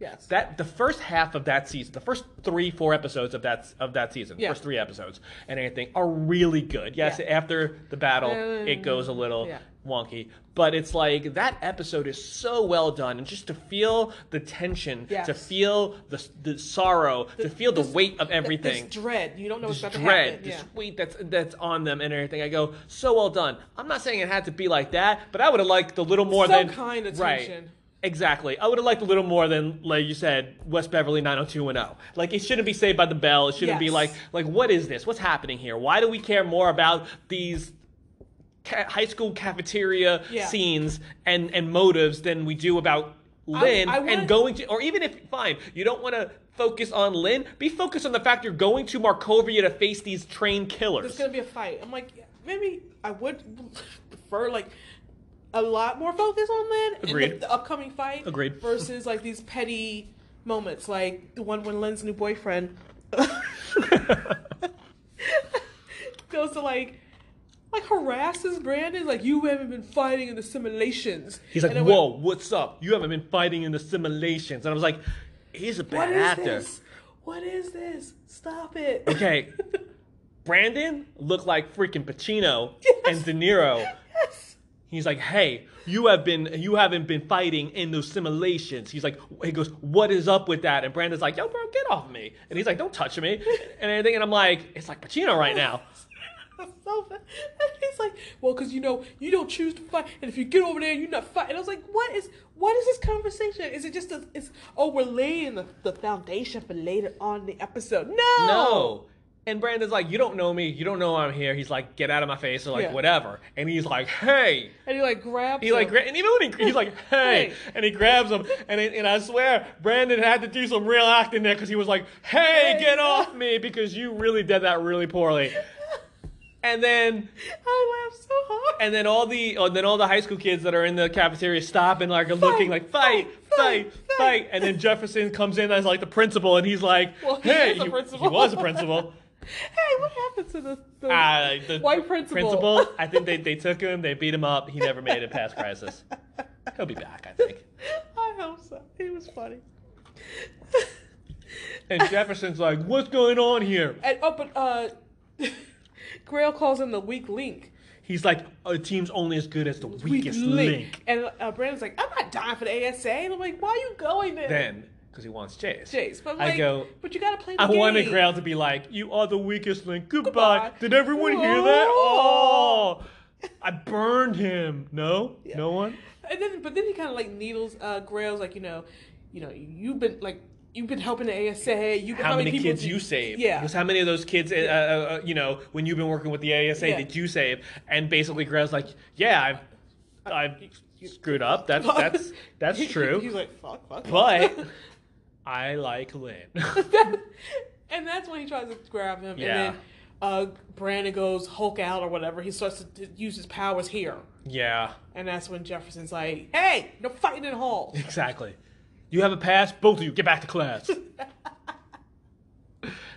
Yes.
That the first half of that season, the first three, four episodes of that of that season,
Yeah.
first three episodes and anything are really good. Yes,
Yeah. Mm.
after the battle, it goes a little
Yeah.
wonky, but it's like that episode is so well done, and just to feel the tension, to
Yes.
feel the the sorrow, to feel the
this-
weight of everything,
This dread. You don't know what's
this
about to
dread,
happen. Yeah.
this weight that's that's on them and everything. I go, so well done. I'm not saying it had to be like that, but I would have liked a little more
Some
than
kind of
right.
tension.
Exactly. I would have liked a little more than, like you said, West Beverly 90210. Like it shouldn't be saved by the bell. It shouldn't be
Yes.
like, like what is this? What's happening here? Why do we care more about these ca- high school cafeteria
Yeah.
scenes and and motives than we do about Lynn
I wanna-
and going to, or even if fine, you don't want to focus on Lynn. Be focused on the fact you're going to Markovia to face these train killers.
There's gonna be a fight. I'm like, yeah, maybe I would prefer like a lot more focus on Lynn in the-
Agreed.
the upcoming fight.
Agreed.
Versus like these petty moments, like the one when Lynn's new boyfriend (laughs) goes to like like harasses Brandon, like you haven't been fighting in the simulations.
(laughs) He's like,
And I went,
whoa, what's up? You haven't been fighting in the simulations, and I was like, he's a
What
bad
is
actor.
this? What is this? Stop it. (laughs)
Okay. Brandon looked like freaking Pacino
(laughs) Yes.
and De Niro.
yes.
He's like, "Hey, you have been you haven't been fighting in those simulations." He's like, he goes, "What is up with that?" And Brandon's like, "Yo, bro, get off me!" And he's like, "Don't touch me," and anything. And I'm like, "It's like Pacino right now."
so bad. And he's like, well, because you know you don't choose to fight, and if you get over there, you're not fighting. And I was like, what is what is this conversation? Is it just a, it's oh we're laying the, the foundation for later on in the episode? No,
No. And Brandon's like, "You don't know me. You don't know I'm here." He's like, "Get out of my face," or like,
Yeah.
"Whatever." And he's like, "Hey."
And he like grabs.
He like
him.
gra- and even when he,
(laughs)
he's like hey
Hey.
and he grabs him and it- and I swear Brandon had to do some real acting there because he was like hey
Hey.
get off me because you really did that really poorly and then
(laughs) I laughed so hard.
and then all the oh, then all the high school kids that are in the cafeteria stop and like are looking like fight
fight,
fight fight,
fight."
and then Jefferson comes in as like the principal and he's like
Well, he
hey
is a
you-
principal.
he was a
(laughs)
principal
hey, what happened to the, the, (laughs)
Ah, the
white principal?
principal I think they they took him they beat him up he never made it past crisis he'll be back I think.
(laughs) I hope so. He was funny. (laughs)
And Jefferson's like, "What's going on here?"
And oh, but uh, (laughs) Grail calls him the weak link.
He's like, "A team's only as good as the
Weak
weakest link."
And uh, Brandon's like, I'm not dying for the ASA. And I'm like, why are you going there?
Then, because he wants Chase.
Jace, but
I
like,
go.
but you gotta play the
I
game.
wanted Grail to be like, "You are the weakest link. Goodbye."
Goodbye.
Did everyone hear that?
Oh.
Oh, I burned him. No, no one.
And then, but then he kind of like needles uh, Grail's like, you know, you know, you've been like, you've been helping the ASA. You
How, many,
people
kids
do-
you saved?
Yeah.
Because how many of those kids, uh, uh, uh, you know, when you've been working with the ASA,
Yeah.
did you save? And basically, Grail's like, "Yeah, I've, I've screwed up.
(laughs)
That's that's that's true."
He's like, fuck, fuck. (laughs)
but I like Lynn.
fuck. (laughs) and that's when he tries to grab him.
Yeah.
And then uh, Brandon goes Hulk out or whatever. He starts to t- use his powers here.
yeah,
And that's when Jefferson's like, hey, no fighting in halls.
exactly. You have a pass, both of you get back to class.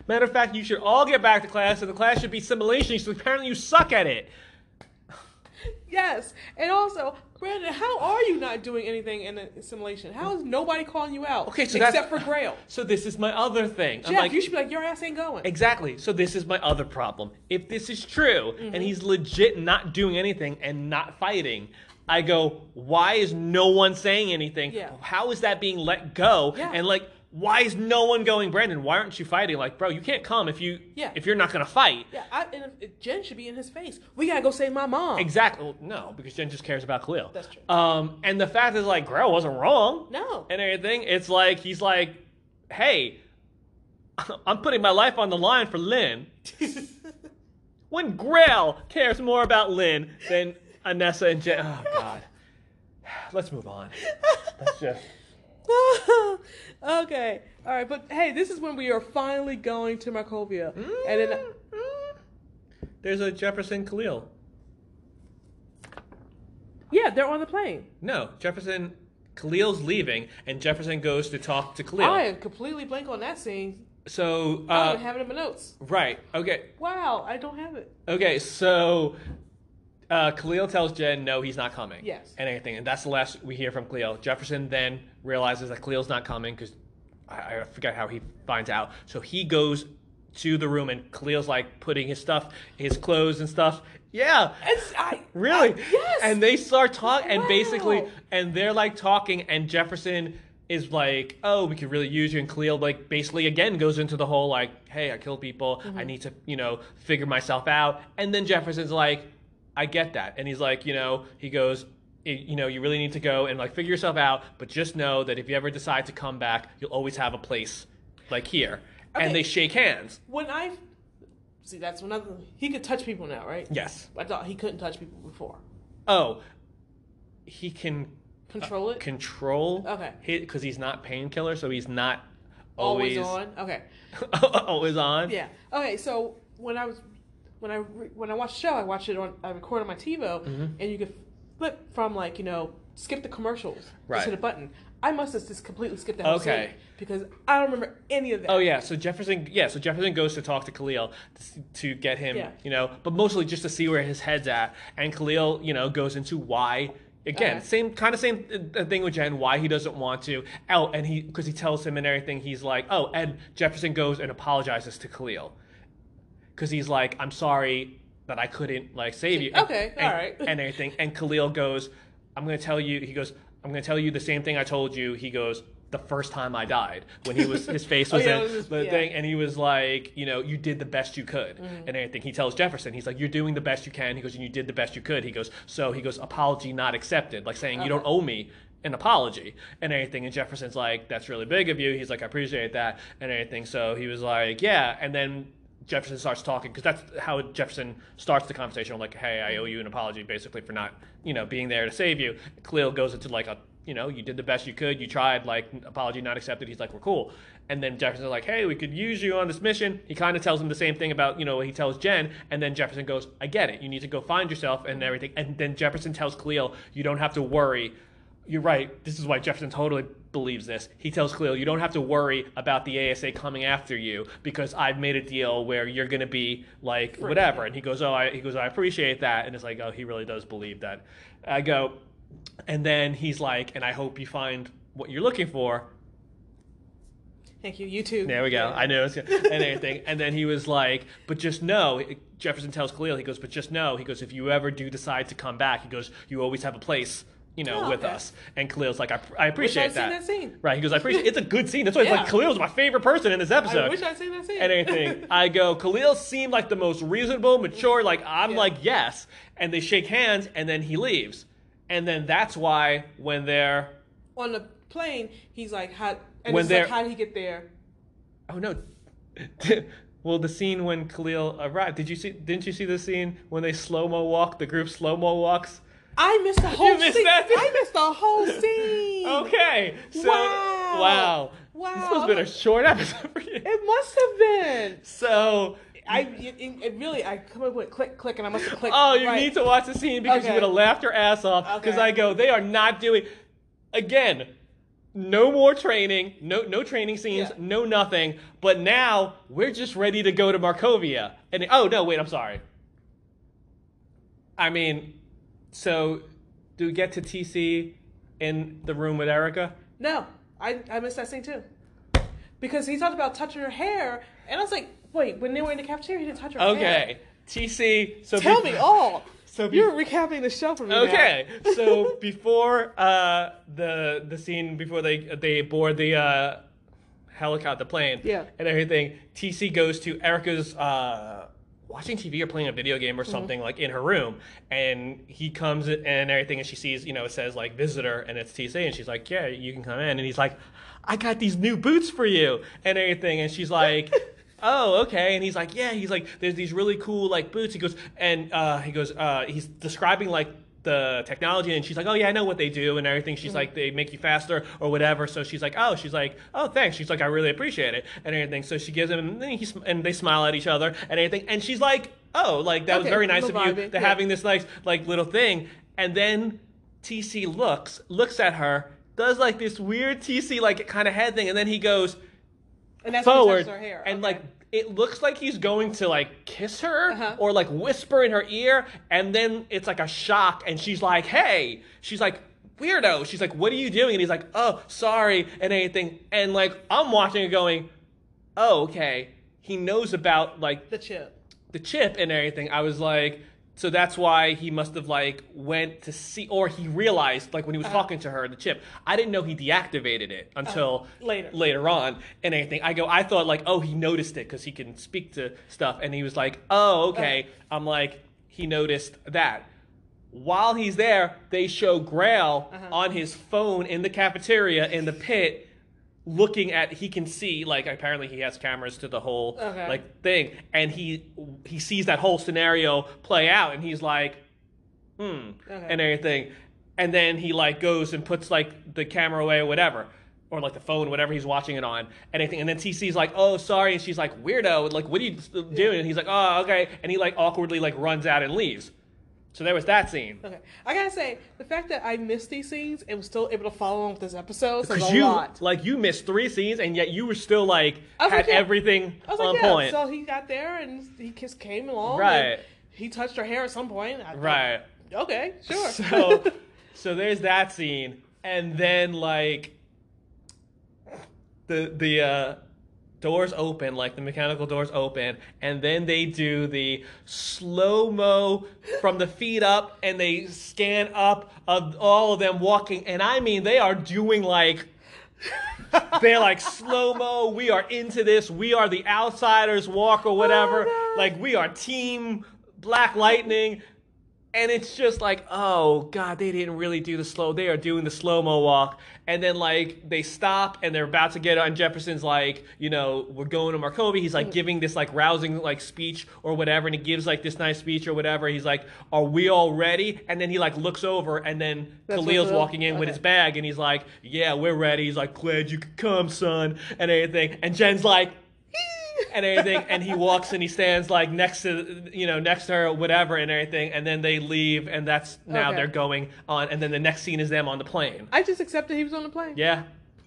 Matter of fact, you should all get back to class, and the class should be simulation. So apparently, you suck at it.
Yes, and also, Brandon, how are you not doing anything in the simulation? How is nobody calling you out?
Okay, so that's-
except for Grail.
So this is my other thing. I'm
Jeff,
like,
you should be like, your ass ain't going.
exactly. So this is my other problem. If this is true,
Mm-hmm.
and he's legit not doing anything and not fighting. I go, why is no one saying anything?
Yeah.
How is that being let go?
Yeah.
And like, why is no one going, Brandon? Why aren't you fighting? Like, bro, you can't come if you
Yeah.
if you're not gonna fight.
yeah, I, and if- if Jen should be in his face. We gotta go save my mom.
Exactly. Well, no, because Jen just cares about Khalil.
That's true.
Um, and the fact is, like, Grell wasn't wrong.
No.
And everything. It's like he's like, hey, (laughs) I'm putting my life on the line for Lynn. (laughs) when Grell cares more about Lynn than Anessa and Jen. Oh God. (sighs) Let's move on. Let's just.
(laughs) okay, all right, but hey, this is when we are finally going to Markovia, and then
Mm. uh, There's a Jefferson Khalil.
yeah, they're on the plane.
No, Jefferson. Khalil's leaving, and Jefferson goes to talk to Khalil.
I am completely blank on that scene.
So
I don't
uh,
even have it in my notes.
right. Okay.
Wow, I don't have it.
Okay, so uh, Khalil tells Jen, no, he's not coming.
Yes.
And anything. And that's the last we hear from Khalil. Jefferson then realizes that Khalil's not coming because I, I forget how he finds out. So he goes to the room and Khalil's like putting his stuff, his clothes and stuff. Yeah.
It's, I,
Really?
I- Uh, yes.
And they start talking, and
Wow.
basically, and they're like talking, and Jefferson is like, "Oh, we could really use you." And Khalil like basically again goes into the whole like, "Hey, I kill people.
Mm-hmm.
I need to, you know, figure myself out." And then Jefferson's like, "I get that," and he's like, you know, he goes. "I- You know, you really need to go and like figure yourself out, but just know that if you ever decide to come back, you'll always have a place like here.
Okay.
And they shake hands.
when I see that's another. He could touch people now, right?
Yes.
I thought he couldn't touch people before.
Oh, he Uh, can
Control it.
control.
Okay.
Because he's not painkiller, so he's not
always,
always
on. Okay.
on. (laughs) always on.
Yeah. Okay. So when I was when I re- when I watched the show, I watched it on I recorded on my TiVo,
Mm-hmm.
and you could flip from like you know skip the commercials
Right.
to the button. I must have just completely skipped that whole
Okay.
scene because I don't remember any of that.
Oh yeah. So Jefferson, yeah. So Jefferson goes to talk to Khalil to, s- to get him,
Yeah.
you know, but mostly just to see where his head's at. And Khalil, you know, goes into why. Again,
Okay.
same kind of same uh, thing with Jen. Why he doesn't want to. Oh, and he because he tells him and everything. He's like, oh, and Jefferson goes and apologizes to Khalil. because he's like, I'm sorry that I couldn't like save you.
Okay,
and,
alright.
And everything. And Khalil goes, I'm gonna tell you. He goes, I'm gonna tell you the same thing I told you. He goes, the first time I died when he was his
(laughs)
face
Oh,
was
yeah,
in
it was just-
the
yeah. Mm-hmm.
thing, and he was like, you know, you did the best you could, and everything. He tells Jefferson, he's like, you're doing the best you can. He goes, and you did the best you could. He goes, so he goes, apology not accepted, like saying you don't
Uh-huh.
owe me an apology and everything. And Jefferson's like, that's really big of you. He's like, I appreciate that and everything. So he was like, yeah, and then Jefferson starts talking because that's how Jefferson starts the conversation. Like, hey, I owe you an apology, basically for not, you know, being there to save you. Khalil goes into like a, you know, you did the best you could. You tried. Like, apology not accepted. He's like, we're cool. And then Jefferson's like, hey, we could use you on this mission. He kind of tells him the same thing about, you know, what he tells Jen. And then Jefferson goes, I get it. You need to go find yourself and everything. And then Jefferson tells Khalil, you don't have to worry you're right. This is why Jefferson totally believes this. He tells Khalil, you don't have to worry about the ASA coming after you because I've made a deal where you're going to be like whatever. And he goes, oh, I, he goes, I appreciate that. And it's like, oh, he really does believe that. I go, and then he's like, and I hope you find what you're looking for.
Thank you. You too.
There we go. I knew it was gonna, and everything. And then he was like, but just know, Jefferson tells Khalil, he goes, but just know, he goes, if you ever do decide to come back, he goes, you always have a place, you know,
Oh,
with
okay.
us. And Khalil's like, I, I appreciate
I'd seen that scene.
Right. He goes, I appreciate It's a good scene. That's why it's like,
Yeah.
Khalil's my favorite person in this episode
I wish I'd seen that scene.
and anything. I go, Khalil seemed like the most reasonable, mature. Like I'm
Yeah.
like yes, and they shake hands, and then he leaves, and then that's why when they're
(laughs) on the plane, he's like, how? And
When
it's like,
they're-
how did he get there?
oh no, (laughs) well the scene when Khalil arrived. Did you see? Didn't you see the scene when they slow mo walk? The group slow mo walks.
I missed the whole
missed
scene.
that?
I missed the
(laughs)
whole scene.
Okay. So,
Wow.
Wow.
Wow.
This has been a short (laughs) episode for you.
It must have been.
So.
I it, it- it really I come up with click click and I must have clicked.
Oh, you
right.
need to watch the scene because you
Okay.
would have laughed your ass off. Because
Okay.
I go, they are not doing. Again, no more training, no no training scenes,
Yeah.
no nothing. But now we're just ready to go to Markovia. And oh no, wait, I'm sorry. I mean, so do we get to TC in the room with Erica?
No, I I missed that scene too, because he talked about touching her hair, and I was like, wait, when they were in the cafeteria, he didn't touch her hair.
Okay, TC. So
Tell
be-
me all.
So be-
You're recapping the show for me. now.
Okay, so before uh, the the scene before they they board the uh, helicopter, the plane,
Yeah.
and everything, TC goes to Erica's uh, watching TV or playing a video game or something like in her room, and he comes in and everything, and she sees you know it says like visitor, and it's TC, and she's like, yeah, you can come in, and he's like, I got these new boots for you, and everything, and she's like. oh okay and he's like yeah he's like there's these really cool like boots he goes and uh, he goes uh, he's describing like the technology and she's like oh yeah i know what they do and everything
Mm-hmm.
she's like they make you faster or whatever so she's like oh she's like oh thanks she's like i really appreciate it and everything so she gives him and, then he, sm- and they smile at each other and everything and she's like oh like that was
Okay,
very nice of you
little
to
vibey, yeah.
having this nice like little thing and then tc looks looks at her does like this weird tc like kind of head thing and then he goes
And that's when he
forward
touches her hair.
and
okay.
like it looks like he's going to like kiss her
Uh-huh.
or like whisper in her ear and then it's like a shock and she's like hey she's like weirdo she's like what are you doing and he's like oh sorry and anything and like i'm watching it going oh okay he knows about like
the chip.
the chip and everything, I was like, so that's why he must have like went to see, or he realized like when he
Uh-huh.
was talking to her the chip. I didn't know he deactivated it until
Later.
later on and anything. I go, I thought like, oh, he noticed it because he can speak to stuff, and he was like, oh, okay. I'm like, he noticed that. While he's there, they show Grail on his phone in the cafeteria in the pit. Looking at, he can see like apparently he has cameras to the whole
Okay.
like thing and he he sees that whole scenario play out and he's like hmm and everything and then he like goes and puts like the camera away or whatever or like the phone whatever he's watching it on and anything and then TC's like oh sorry and she's like weirdo like what are you doing and he's like oh okay and he like awkwardly like runs out and leaves so there was that scene
Okay, I gotta say the fact that I missed these scenes and was still able to follow along with this episode says a
you
lot.
like you missed three scenes and yet you were still like
I was
had
like, yeah.
everything
I was
on
like, yeah.
point
So he got there and he just came along.
Right.
and He touched her hair at some point. and I thought,
right
Okay. Sure. (laughs)
So, so there's that scene, and then like the the uh, doors open, like the mechanical doors open, and then they do the slow mo from the feet up, and they scan up of all of them walking, and I mean they are doing like. (laughs) They're like slow mo. We are into this. We are the outsiders walk or whatever.
Oh, no.
like we are team Black Lightning. And it's just like, oh god, they didn't really do the slow. They are doing the slow mo walk, and then like they stop and they're about to get on. Jefferson's like, you know, we're going to Markovi. He's
Mm.
like giving this like rousing like speech or whatever, and he gives like this nice speech or whatever. He's like, are we all ready? And then he like looks over, and then
That's what
Khalil's
the-
walking in with
okay.
his bag, and he's like, yeah, we're ready. He's like, glad you could come, son, and everything. And Jen's like, (laughs) and everything and he walks and he stands like next to you know next to her or whatever and everything and then they leave and that's now
Okay.
they're going on and then the next scene is them on the plane
I just accepted he was on the plane.
yeah (laughs)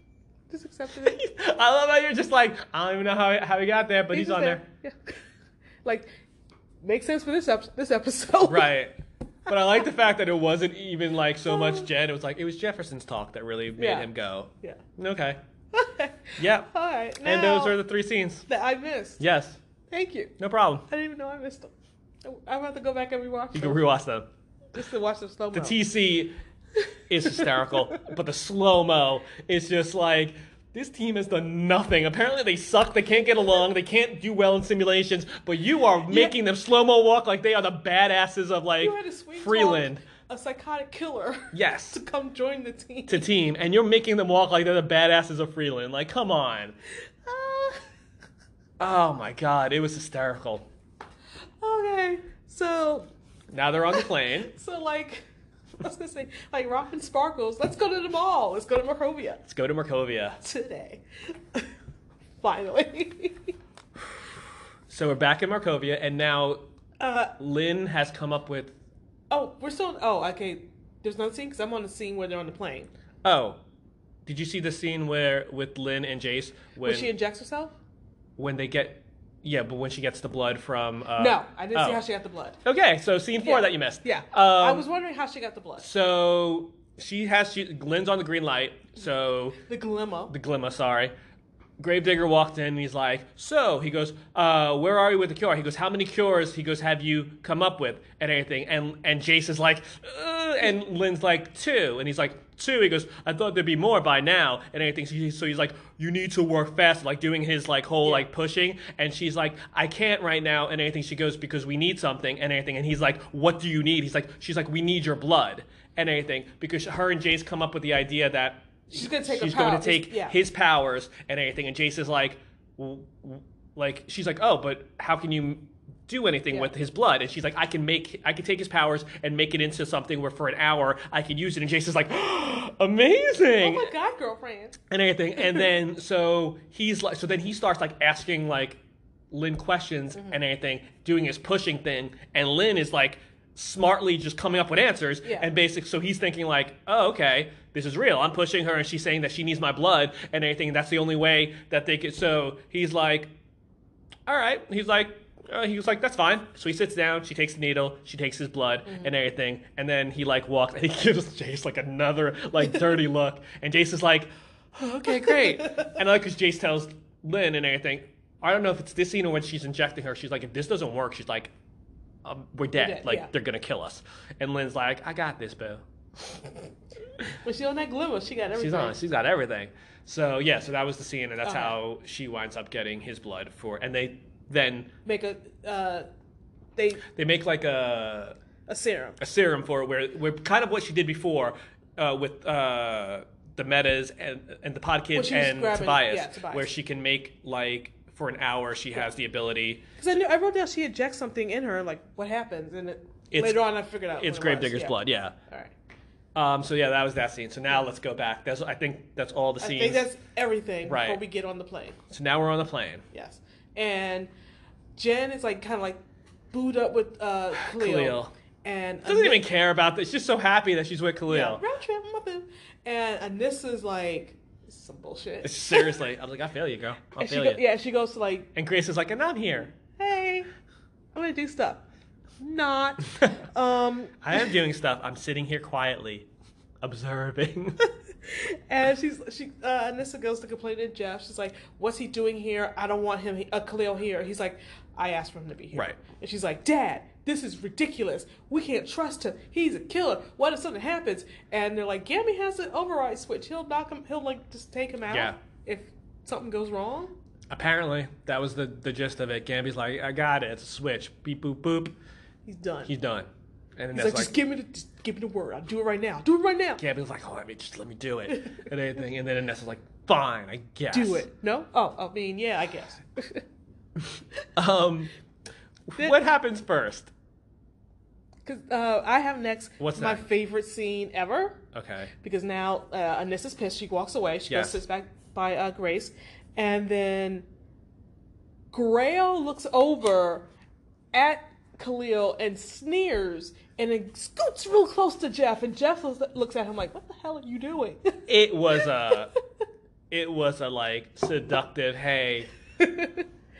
Just accepted it.
i love how you're just like i don't even know how, how he got there (laughs) but he's,
just
on there,
Yeah. (laughs) like, makes sense for this ep- this episode.
right but i like the fact that it wasn't even like so much jen it was like it was jefferson's talk that really made
Yeah.
him go
(laughs) Yeah. (laughs)
okay
All
yeah
right. Now,
and those are the three scenes
that I missed.
yes
Thank you.
no problem
I didn't even know I missed them. I- I'm about to go back and rewatch
you can
them
rewatch them
just to watch them slow mo.
The TC is hysterical, (laughs) but the slow mo is just like this team has done nothing. Apparently, they suck. They can't get along. They can't do well in simulations. But you are making them slow mo walk like they are the badasses of like
(laughs) You had a sweet
Freeland.
talk a psychotic killer, (laughs)
Yes,
to come join the
(laughs)
team.
to team, and you're making them walk like they're the badasses of Freeland. Like, come on.
Ah.
Oh my God, it was hysterical.
Ah, (laughs) okay, so
Now they're on
(laughs)
the plane.
so like. I was gonna say, like Rock and Sparkles, let's go to the mall. Let's go to Macrovia
Let's go to Markovia.
today. (laughs) Finally. (laughs)
So we're back in Markovia, and now
uh,
Lynn has come up with
oh, we're still. Oh, okay. There's another scene because I'm on the scene where they're on the plane.
Oh, did you see the scene where with Lynn and Jace when
When she injects herself?
when they get yeah, but when she gets the blood from uh,
no, I didn't see
oh.
how she got the blood.
Okay, so scene four
Yeah.
that you missed.
Yeah,
um,
I was wondering how she got the blood.
So she has she Lynn's on the green light. So
The glimmer.
the glimmer, sorry. Gravedigger walked in and he's like, So, he goes, uh, where are you with the cure? He goes, How many cures, he goes, have you come up with and anything? And and Jace is like, "Uh," and Lynn's like, Two. And he's like, Two. He goes, I thought there'd be more by now and anything. So, he- so he's like, You need to work fast, like doing his like whole like pushing. And she's like, I can't right now and anything. She goes, Because we need something and anything. And he's like, What do you need? He's like, She's like, We need your blood and anything. Because her and Jace come up with the idea that
She's gonna take her
she's going
power-
to take
yeah.
his powers and anything and jace is like w- w- like she's like oh but how can you do anything
Yeah.
with his blood and she's like i can make i can take his powers and make it into something where for an hour i can use it and jace is like (gasps)
Oh
amazing
my god, girlfriend.
and everything. And then (laughs) so he's like, so then he starts like asking like Lynn questions and everything, doing his pushing thing, and Lynn is like smartly just coming up with answers
Yeah.
and basic so he's thinking like oh okay this is real i'm pushing her and she's saying that she needs my blood and everything and that's the only way that they could so he's like all right he's like uh, he was like that's fine so he sits down she takes the needle she takes his blood and everything and then he like walks (laughs) and he gives jace like another like dirty look and jace is like "Oh, okay great and like because jace tells lynn and everything i don't know if it's this scene or when she's injecting her she's like if this doesn't work she's like um, we're dead.
dead,
like
yeah.
they're gonna kill us. And Lynn's like, I got this, boo.
But she on that glimmer. She got everything.
She's on. it. She's got everything. So yeah, so that was the scene, and that's
Okay.
how she winds up getting his blood for. And they then
Make a uh, they
they make like a
a serum.
a serum for it, where where kind of what she did before uh, with uh, the metas and and the pod kids
she was
and
grabbing-
Tobias,
yeah, Tobias.
where she can make like for an hour she has the ability.
Because I knew I wrote down she ejects something in her. Like what happens? And it,
It's-
later on I figured out
It's
what it was,
Gravedigger's
yeah.
blood, yeah.
All right.
Um, so yeah, that was that scene. So now let's go back. That's I think that's all the
I
scenes.
think that's everything
Right.
before we get on the plane.
so now we're on the plane.
Yes. And Jen is like kind of like booed up with uh,
(sighs)
Khalil.
Khalil.
And
Doesn't even care about this. She's so happy that she's with Khalil.
yeah, round trip, muffin. And Anissa's like, this is some bullshit.
Seriously, I was like, I feel you, girl. I
And she
feel
go-
you.
yeah, she goes to like,
And Grace is like, and I'm here.
hey, I'm gonna do stuff.
(laughs)
Not. (laughs) Um,
I am doing stuff. I'm sitting here quietly, observing. (laughs)
(laughs) and she's she uh, Anissa goes to complain to Jeff. She's like, "What's he doing here? I don't want him, uh, Khalil here." He's like, "I asked for him to be here."
Right.
And she's like, "Dad, this is ridiculous. We can't trust him. He's a killer. What if something happens?" And they're like, "Gammy has an override switch. He'll knock him. He'll like just take him out
Yeah.
if something goes wrong."
Apparently, that was the, the gist of it. Gamby's like, I got it. It's a switch. Beep, boop, boop.
He's done.
He's done. And then
He's
that's
like,
like,
"Just give me the just give me the word. I'll do it right now. Do it right now.
Gamby's like, oh, let me just let me do
(laughs)
it. And everything. And then Anessa's like, fine, I guess.
Do it." No. Oh, I mean, yeah, I guess. (laughs)
Um, what happens first?
Because uh, I have next
What's
my
that?
favorite scene ever.
Okay.
because now uh, Anissa's pissed. She walks away. She
Yes.
goes sits back by uh, Grace, and then Grail looks over at Khalil and sneers, and then scoots real close to Jeff, and Jeff looks- looks at him like, "What the hell are you doing?" (laughs)
It was a, it was a like seductive, hey,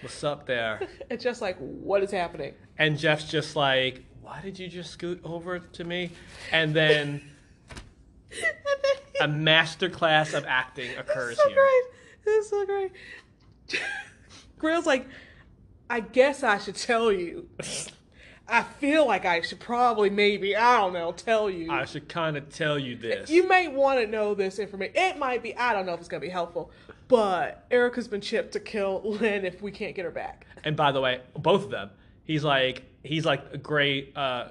what's up there?
and Jeff's like, "What is happening?"
And Jeff's just like, why did you just scoot over to me? And then a masterclass of acting occurs
It's so
here.
great. It's so great. (laughs) Grail's like, "I guess I should tell you." I feel like I should probably, maybe, I don't know, tell you.
I should kind of tell you this.
You may want to know this information. It might be, I don't know if it's going to be helpful, but Erica's been chipped to kill Lynn if we can't get her back.
and by the way, both of them. He's like, he's like Gray. Uh,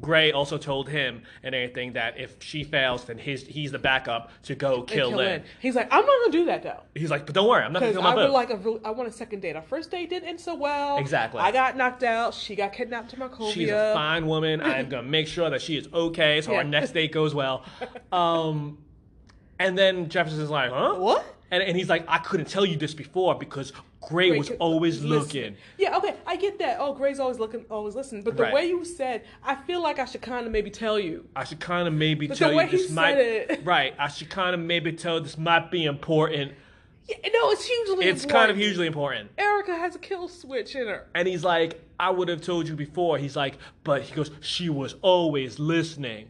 Gray also told him and everything that if she fails, then his he's the backup to go
And
kill, Lynn.
He's like, I'm not going to do that though.
He's like, but don't worry, I'm not gonna
Because
kill
I
my
would
boo.
like a real I want a second date. Our first date didn't end so well.
Exactly.
I got knocked out. She got kidnapped to Markovia.
She's a fine woman. I am gonna make sure that she is okay, so our
Yeah.
next date goes well. Um, and then Jefferson's like, huh?
What?
And, and he's like, I couldn't tell you this before because Gray,
Gray
was
could-
always
listen.
looking.
Yeah, okay, I get that. Oh, Gray's always looking, always listening. But the
Right.
way you said, I feel like I should kind of maybe tell you.
I should kind of maybe
But the
tell
way
you
he
this
said
might
it. (laughs)
right. I should kind of maybe tell this might be important.
Yeah, no, it's hugely.
It's kind of
important.
hugely important.
Erica has a kill switch in her.
And he's like, I would have told you before. He's like, but he goes, she was always listening.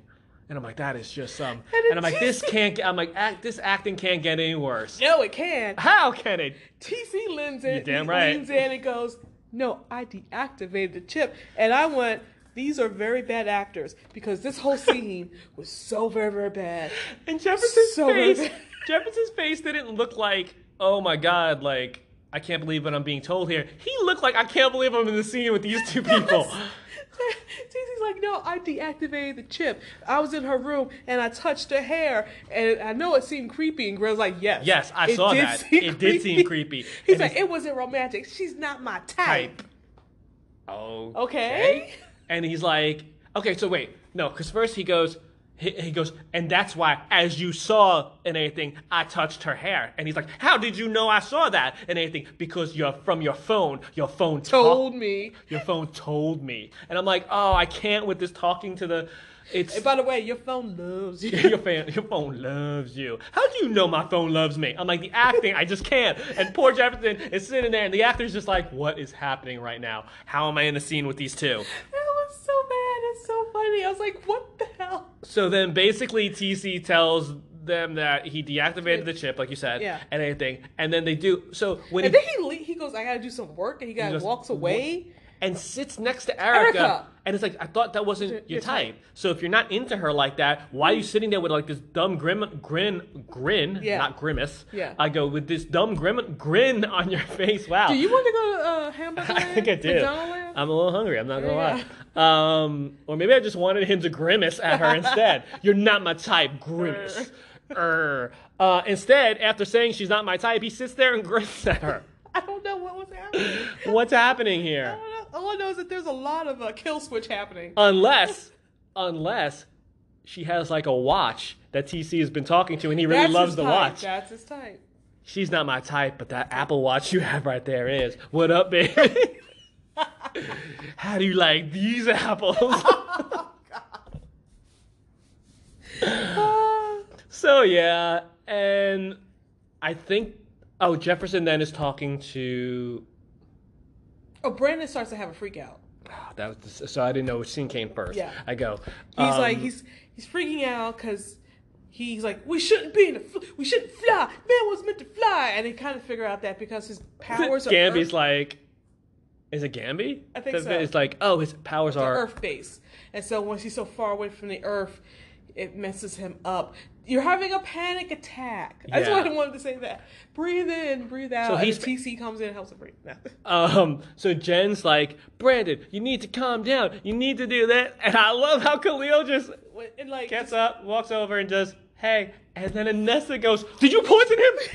And I'm like, that is just some.
And
And I'm like,
it's
this can't. Get, I'm like, act, this acting can't get any worse.
No, it
(laughs)
can.
How can it?
TC leans in,
You're damn
he
right.
leans in and goes, "No, I deactivated the chip." And I went, "These are very bad actors because this whole scene was so very very bad."
And Jefferson's
So
face,
bad.
(laughs) Jefferson's face didn't look like, oh my god, like I can't believe what I'm being told here. He looked like I can't believe I'm in the scene with these
(laughs)
two (laughs) people.
TC's like, "No, I deactivated the chip. I was in her room and I touched her hair, and I know it seemed creepy." And Greg's like, "Yes,
Yes, I
it
saw
did
that.
seem
It did seem creepy.
He's
And
like,
it's-
"It wasn't romantic. She's not my type."
Type. Oh.
Okay.
And he's like, okay, so wait, no, because first he goes, he, he goes, and that's why, as you saw in anything, I touched her hair. And he's like, how did you know I saw that in anything? Because you're from your phone. Your phone told.
told me.
Your phone told me. And I'm like, oh, I can't with this talking to the. It's
And by the way, your phone
(laughs)
loves you.
your fan, your phone loves you. How do you know my phone loves me? I'm like the acting, I just can't. And poor Jefferson is sitting there, and the actor's just like, what is happening right now? How am I in the scene with these two?
That was so bad. It's so funny. I was like, what the hell?
So then basically TC tells them that he deactivated the chip, like you said,
Yeah.
and anything, and then they do. So when
And
he,
then he le- he goes, I gotta do some work, and he got
just
walks away.
and sits next to Erica,
Erica!
and it's like I thought that wasn't
Your-
your,
your
type.
type.
So if you're not into her like that, why are you sitting there with like this dumb grim grin grin,
Yeah.
not grimace?
Yeah.
I go with this dumb grim grin on your (laughs) face. Wow.
Do you want to go to uh, Hamburger
(laughs) I Um,
Land?
think I do.
McDonald's Land?
I'm a little hungry. I'm not
There
gonna
you
lie. Um, or maybe I just wanted him to grimace at her
(laughs)
instead. You're not my type, grimace. Err. Uh, instead, after saying she's not my type, he sits there and (laughs) grins at her.
I don't know what was happening.
What's happening
I
here?
don't know. All I know is that there's a lot of uh, kill switch happening.
Unless, unless she has like a watch that TC has been talking to, and he really
That's
loves
his
the
type.
watch.
That's his type.
She's not my type, but that Apple Watch you have right there is. What up, baby?
(laughs)
How do you like
(laughs)
these apples?
Oh, Ah.
(laughs) So yeah, and I think oh Jefferson then is talking to
oh, Brandon starts to have a freak out.
oh, that was the, so I didn't know which scene came first.
Yeah.
I go.
He's
um,
like he's he's freaking out because he's like we shouldn't be in the fl- we shouldn't fly. Man was meant to fly, and they kind of figure out that because his powers are
Gamby's
earth,
like, is it Gamby?
I think so.
It's like oh his powers
are
are
earth based, and so once he's so far away from the earth, it messes him up. You're having a panic attack. That's why I
Yeah.
wanted to say that. Breathe in, breathe out.
So
So
he's-
he's, TC comes in and helps him breathe. (laughs) No.
Um, so Jen's like, Brandon, you need to calm down. You need to do that. And I love how Khalil just
And like,
gets up, walks over, and just, hey. And then Anessa goes, Did you poison him?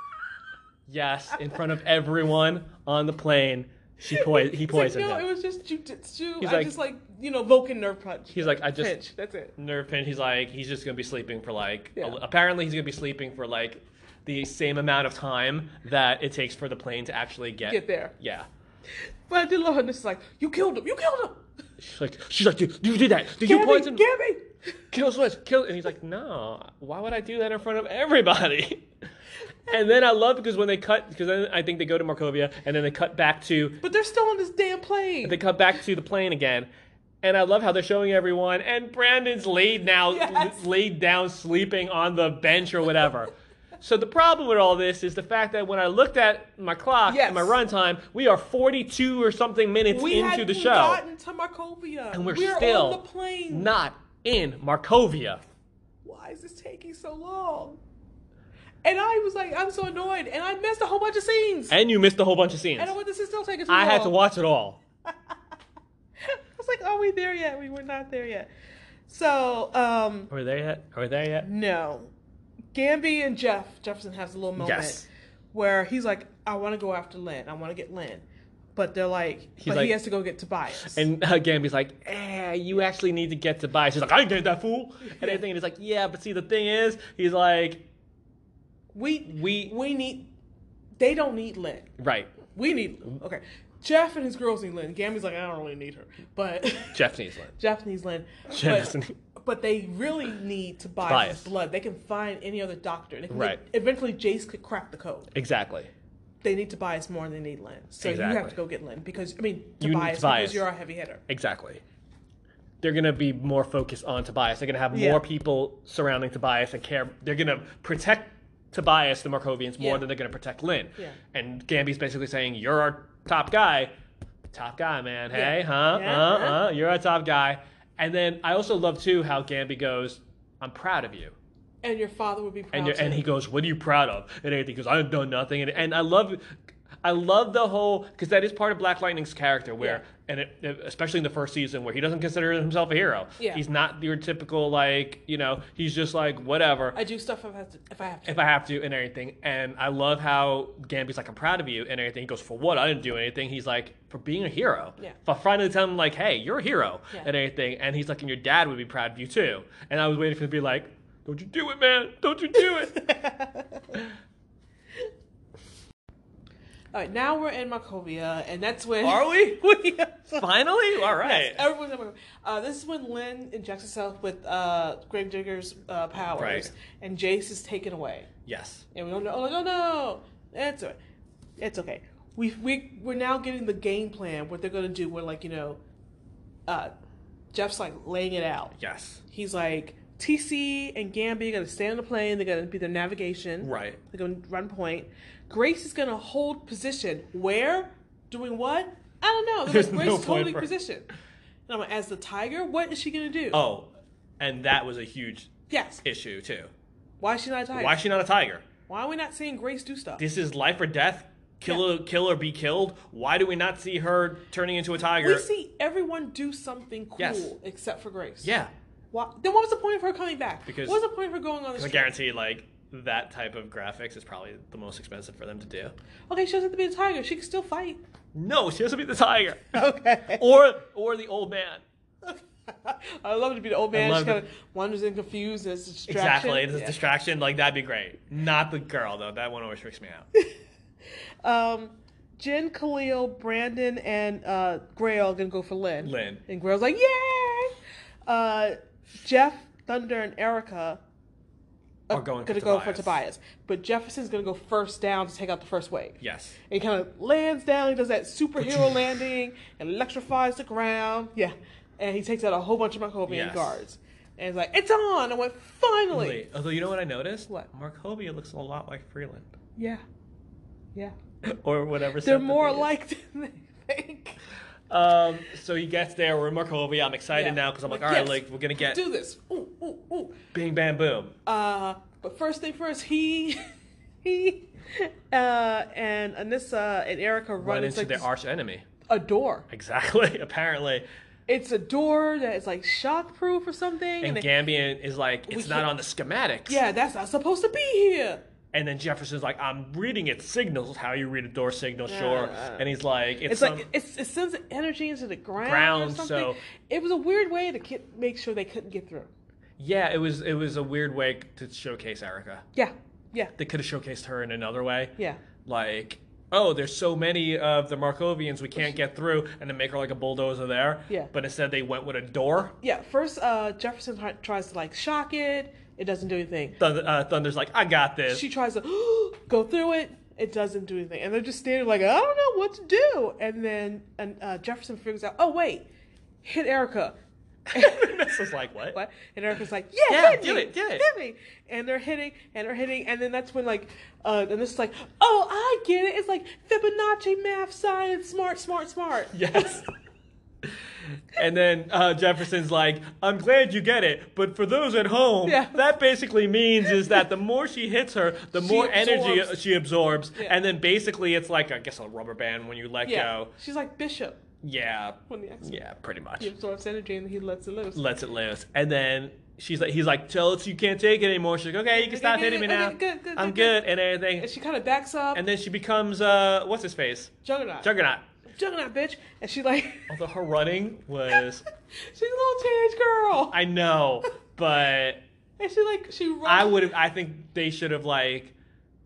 (laughs) yes, in front of everyone on the plane. She poi- he
He's like,
poisoned
no,
him.
it was just jujitsu.
He's
I
like-
just like you know Vulcan nerve punch.
He's like, I just
pinch. That's it.
nerve pin. He's like, he's just gonna be sleeping for like.
Yeah.
Apparently, he's gonna be sleeping for like the same amount of time that it takes for the plane to actually get
Get there.
Yeah.
But I did love her. And this is like, you killed him. You killed him.
She's like, she's like, dude, you did that. Did you
Gabby,
poison?
Gabby.
kill Swiss, kill. And he's like, no, why would I do that in front of everybody? (laughs) and then I love because when they cut, because then I think they go to Markovia, and then they cut back to
But they're still on this damn plane.
they cut back to the plane again. And I love how they're showing everyone, and Brandon's laid now
Yes.
laid down sleeping on the bench or whatever. so the problem with all this is the fact that when I looked at my clock
Yes.
and my runtime, we are 42 or something minutes
we
into
hadn't
the show,
gotten to Markovia.
and we're,
We're
still
on the plane.
not in Markovia.
Why is this taking so long? And I was like, I'm so annoyed. And I missed a whole bunch of scenes.
And you missed a whole bunch of scenes.
And I went, this is still taking so
I
long.
had to watch it all.
(laughs) I was like, are we there yet? We were not there yet. So, um,
Are we there yet? Are we there yet?
No. Gamby and Jeff Jefferson has a little moment
Yes.
where he's like, I want to go after Lynn. I want to get Lynn. But they're like, but
like-
he has to go get Tobias.
And uh, Gamby's like, eh, you actually need to get to buy. She's like, I did that fool. And everything. And he's like, yeah, but see, the thing is, he's like,
we
we-
we need they don't need Lynn.
right,
We need Lynn. Okay. Jeff and his girls need Lynn. Gamby's like, I don't really need her. But (laughs)
Jeff needs one.
Jeff needs Lynn.
Jeff
But,
needs-
but they really need
Tobias.
Tobias' blood. They can find any other doctor. They can-
Right.
eventually Jace could crack the code.
Exactly.
they need Tobias more than they need Lynn. So you have
Exactly.
to go get Lynn because I mean
You need
Tobias,
Tobias.
because you're a heavy hitter.
Exactly. They're gonna be more focused on Tobias. They're gonna have
Yeah.
more people surrounding Tobias and care. They're gonna protect Tobias, the Markovians, more
Yeah.
than they're gonna protect Lynn.
Yeah.
And Gamby's basically saying, "You're our top guy, top guy, man.
Yeah.
Hey, huh?
Yeah,
Uh,
huh?
uh, you're our top guy." And then I also love too how Gamby goes, "I'm proud of you."
And your father would be proud.
and you're,
too.
and he goes, "What are you proud of?" And anything goes, "I've done nothing." And, and I love, I love the whole because that is part of Black Lightning's character where and it, especially in the first season where he doesn't consider himself a hero.
Yeah.
He's not your typical like you know he's just like whatever
I do stuff if I have to. If I have to. (laughs)
if I have to and everything. And I love how Gamby's like, I'm proud of you and everything. He goes, For what? I didn't do anything. He's like, For being a hero.
Yeah.
For finally telling him, like, hey, you're a hero
Yeah.
and everything. And he's like, And your dad would be proud of you too. And I was waiting for him to be like, Don't you do it, man. Don't you do it.
All right, now we're in Markovia, and that's when
Are we?
(laughs) we?
finally? All right.
Yes, everyone's in Markovia. Uh, this is when Lynn injects herself with uh, Gravedigger's uh, powers,
Right.
and Jace is taken away.
yes.
And we don't know. Oh, like, oh no, that's all right. It's okay. We we we're now getting the game plan. What they're gonna do? We're like you know, uh, Jeff's like laying it out.
Yes.
He's like TC and Gambi are gonna stay on the plane. They're gonna be their navigation.
Right.
They're gonna run point. Grace is gonna hold position. Where? Doing what? I don't know. They're
There's
like, Grace
no
is holding
point for-
position. And I'm like, as the tiger, what is she gonna do?
Oh, and that was a huge
yes.
issue too.
Why is she not a tiger?
Why is she not a tiger?
Why are we not seeing Grace do stuff?
This is life or death. Kill, kill or be killed. Why do we not see her turning into a tiger?
we see everyone do something cool
Yes.
except for Grace.
yeah.
Why, then what was the point of her coming back?
Because-
what was the point of her going on this
I
trip?
guarantee, like that type of graphics is probably the most expensive for them to do.
Okay, she doesn't have to be a tiger. She can still
(laughs)
fight.
No, she has to be
(laughs)
the tiger,
Okay.
or or the old man.
I love to be the old man.
love
Just kind of
it.
wanders in confused as a distraction.
Exactly, this
Yeah.
is distraction. Like that'd be great. Not the girl though. That one always freaks me
(laughs)
out.
um, Jen, Khalil, Brandon, and uh, Grail gonna go for Lynn.
Lynn.
And Grail's like, yay! Uh, Jeff, Thunder, and Erica
Are going for
gonna go for
Tobias.
Tobias, but Jefferson's gonna go first down to take out the first wave.
Yes.
And he kind of lands down. He does that
(laughs)
superhero landing and electrifies the ground. Yeah. And he takes out a whole bunch of Markovian
Yes.
guards. And he's like, it's on. I went, finally.
Wait, Although you know what I noticed?
What?
Markovia looks a lot like Freeland, (laughs)
Yeah. Yeah.
or whatever.
They're
synth
more
it is.
alike (laughs) than they think.
Um. So he gets there. We're in Markovia. I'm excited
Yeah.
now because I'm like, all right,
yes,
like we're gonna get
Do this. Ooh, ooh, ooh.
Bing Bam Boom.
Uh, but first thing first, he. (laughs) he. Uh, and Anissa and Erica run,
Run
it's
into
like
their
this-
arch enemy. (laughs)
a door.
Exactly. Apparently.
It's a door that is like shockproof or something.
And
they-
Gambian is like, it's not
can't-
on the schematics.
yeah, that's not supposed to be here.
And then Jefferson's like, I'm reading its signals, how you read a door signal, sure.
yeah.
And he's like, it's,
It's
some-
like it's, it sends energy into the ground.
Ground,
or something.
so-
it was a weird way to ki- make sure they couldn't get through.
yeah, it was it was a weird way to showcase Erica.
Yeah, yeah,
They could have showcased her in another way.
yeah.
Like, oh, there's so many of the Markovians we can't get through, and then make her like a bulldozer there.
Yeah.
But instead, they went with a door.
Yeah, first uh, Jefferson try- tries to like shock it. It doesn't do anything.
Thunder, uh, Thunder's like, I got this. (laughs)
She tries to (gasps) go through it. It doesn't do anything. And they're just standing like, I don't know what to do. And then and, uh, Jefferson figures out, oh, wait, hit
(laughs)
Erica. (laughs)
This is like, what?
What? And Erica's like, yeah,
Yeah,
hit
do
me,
it, do it."
hit me. And they're hitting, and they're hitting, and then that's when like, uh, and this is like, oh, I get it. It's like Fibonacci, math, science, smart, smart, smart.
Yes. and then uh, Jefferson's like, I'm glad you get it, but for those at home,
Yeah.
that basically means is that the more she hits her, the
She
more energy
absorbs.
she absorbs.
Yeah.
And then basically it's like, I guess, a rubber band when you let
Yeah.
go.
She's like Bishop
Yeah.
when the accident.
Yeah, pretty much.
He absorbs energy and he lets it loose.
Lets it loose. And then she's like, he's like, tell us you can't take it anymore. She's like, okay, you can
Okay,
stop
okay,
hitting me
okay,
now.
good, good,
I'm
good, good."
good and everything.
and she kind of backs up.
And then she becomes, uh, what's his face?
Juggernaut.
Juggernaut.
Juggernaut, bitch. And she like,
Although her running was,
(laughs) she's a little teenage girl.
I know, but
and she like, she runs.
I would have. I think they should have like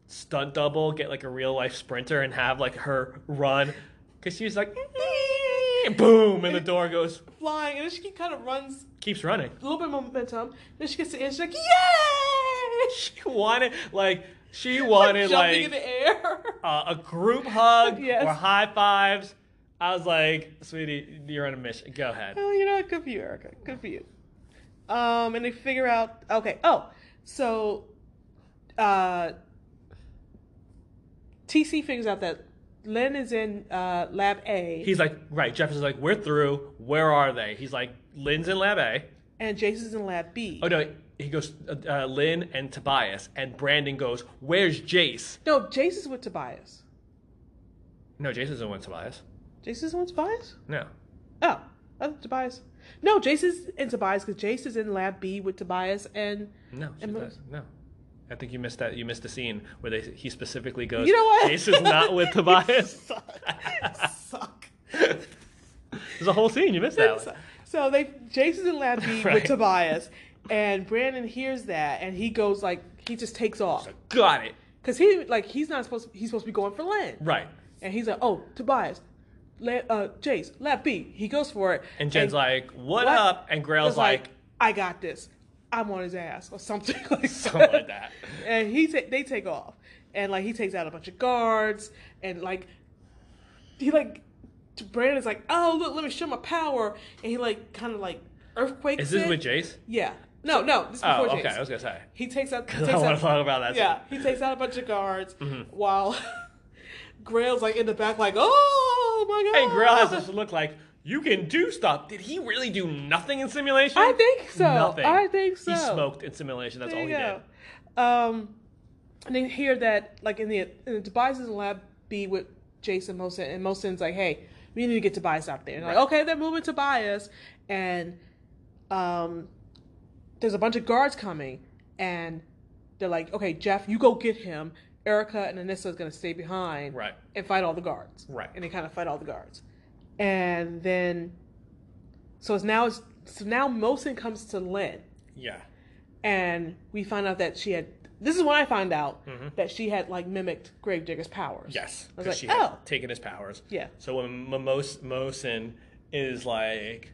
stunt double, get like a real life sprinter, and have like her run because she's like, boom, and the door goes,
flying, and then she kind of runs
keeps running. (laughs)
a little bit of momentum. Then she gets to the end. She's like, yay!
She wanted like she
(laughs)
wanted
jumping in
like,
the air.
uh, a
(laughs)
group hug
Yes.
or high fives. I was like, sweetie, you're on a mission. Go ahead.
Oh, you know, what? good for you, Erica. Good for you. Um, and they figure out. Okay. Oh, so, uh, TC figures out that Len is in uh, Lab A,
He's like, right. Jefferson's like, we're through. Where are they? He's like, Lynn's in Lab A.
and Jason's in Lab B.
Oh no, he goes, uh, uh, Lynn and Tobias, and Brandon goes, where's Jace?
No, Jason's with Tobias.
No, Jason's in with Tobias.
Jason's with Tobias.
No.
Oh, uh, Tobias. No, Jace's in Tobias because Jace is in Lab B with Tobias and
No, she
And
does. no. I think you missed that. You missed the scene where they he specifically goes.
you know what?
Jace is
(laughs)
not with Tobias. (laughs)
Suck. Suck.
There's a whole scene you missed that.
So,
One.
so they Jason's in
(laughs)
Lab B with
Right.
Tobias, and Brandon hears that and he goes like he just takes off
So got it.
because he like he's not supposed he's supposed to be going for land
Right.
and he's like oh Tobias, La- uh, Jace Lab B he goes for it
And Jen's like, what,
what?
up? And Grail's
was
like,
I got this I'm on his ass or something (laughs) like
something
(laughs)
like that.
and he ta- they take off and like he takes out a bunch of guards and like he like Brandon's like oh look let me show my power and he like kind of like earthquakes
Is this
it.
with Jace?
yeah no no this is
Oh,
before
okay.
Jace.
I was gonna say. (laughs)
he takes out, he
'Cause
takes
I want
out
to talk about that.
yeah he takes out a bunch of guards
Mm-hmm.
while (laughs) Grail's like in the back like oh my god
Hey, Grail
(laughs)
has this look like you can do stuff. Did he really do nothing in simulation?
I think so.
Nothing.
I think so.
He smoked in simulation. That's all he did.
Um, and they hear that like in the in the Tobias is in lab B with Jason Mosin, and Mosin's like, "Hey, we need to get Tobias out there." And they're like, okay, they're moving Tobias, and um, there's a bunch of guards coming, and they're like, "Okay, Jeff, you go get him." Erica and Anissa is gonna stay behind
Right.
and fight all the guards.
Right.
And they kind of fight all the guards. And then, so it's now it's so now Mosin comes to Lynn
Yeah.
and we find out that she had. This is when I found out that she had like mimicked Gravedigger's powers.
Mm-hmm. Yes.
I was
Because
like,
she had
oh,
taken his powers.
yeah,
So when Mimos- Mosin is like,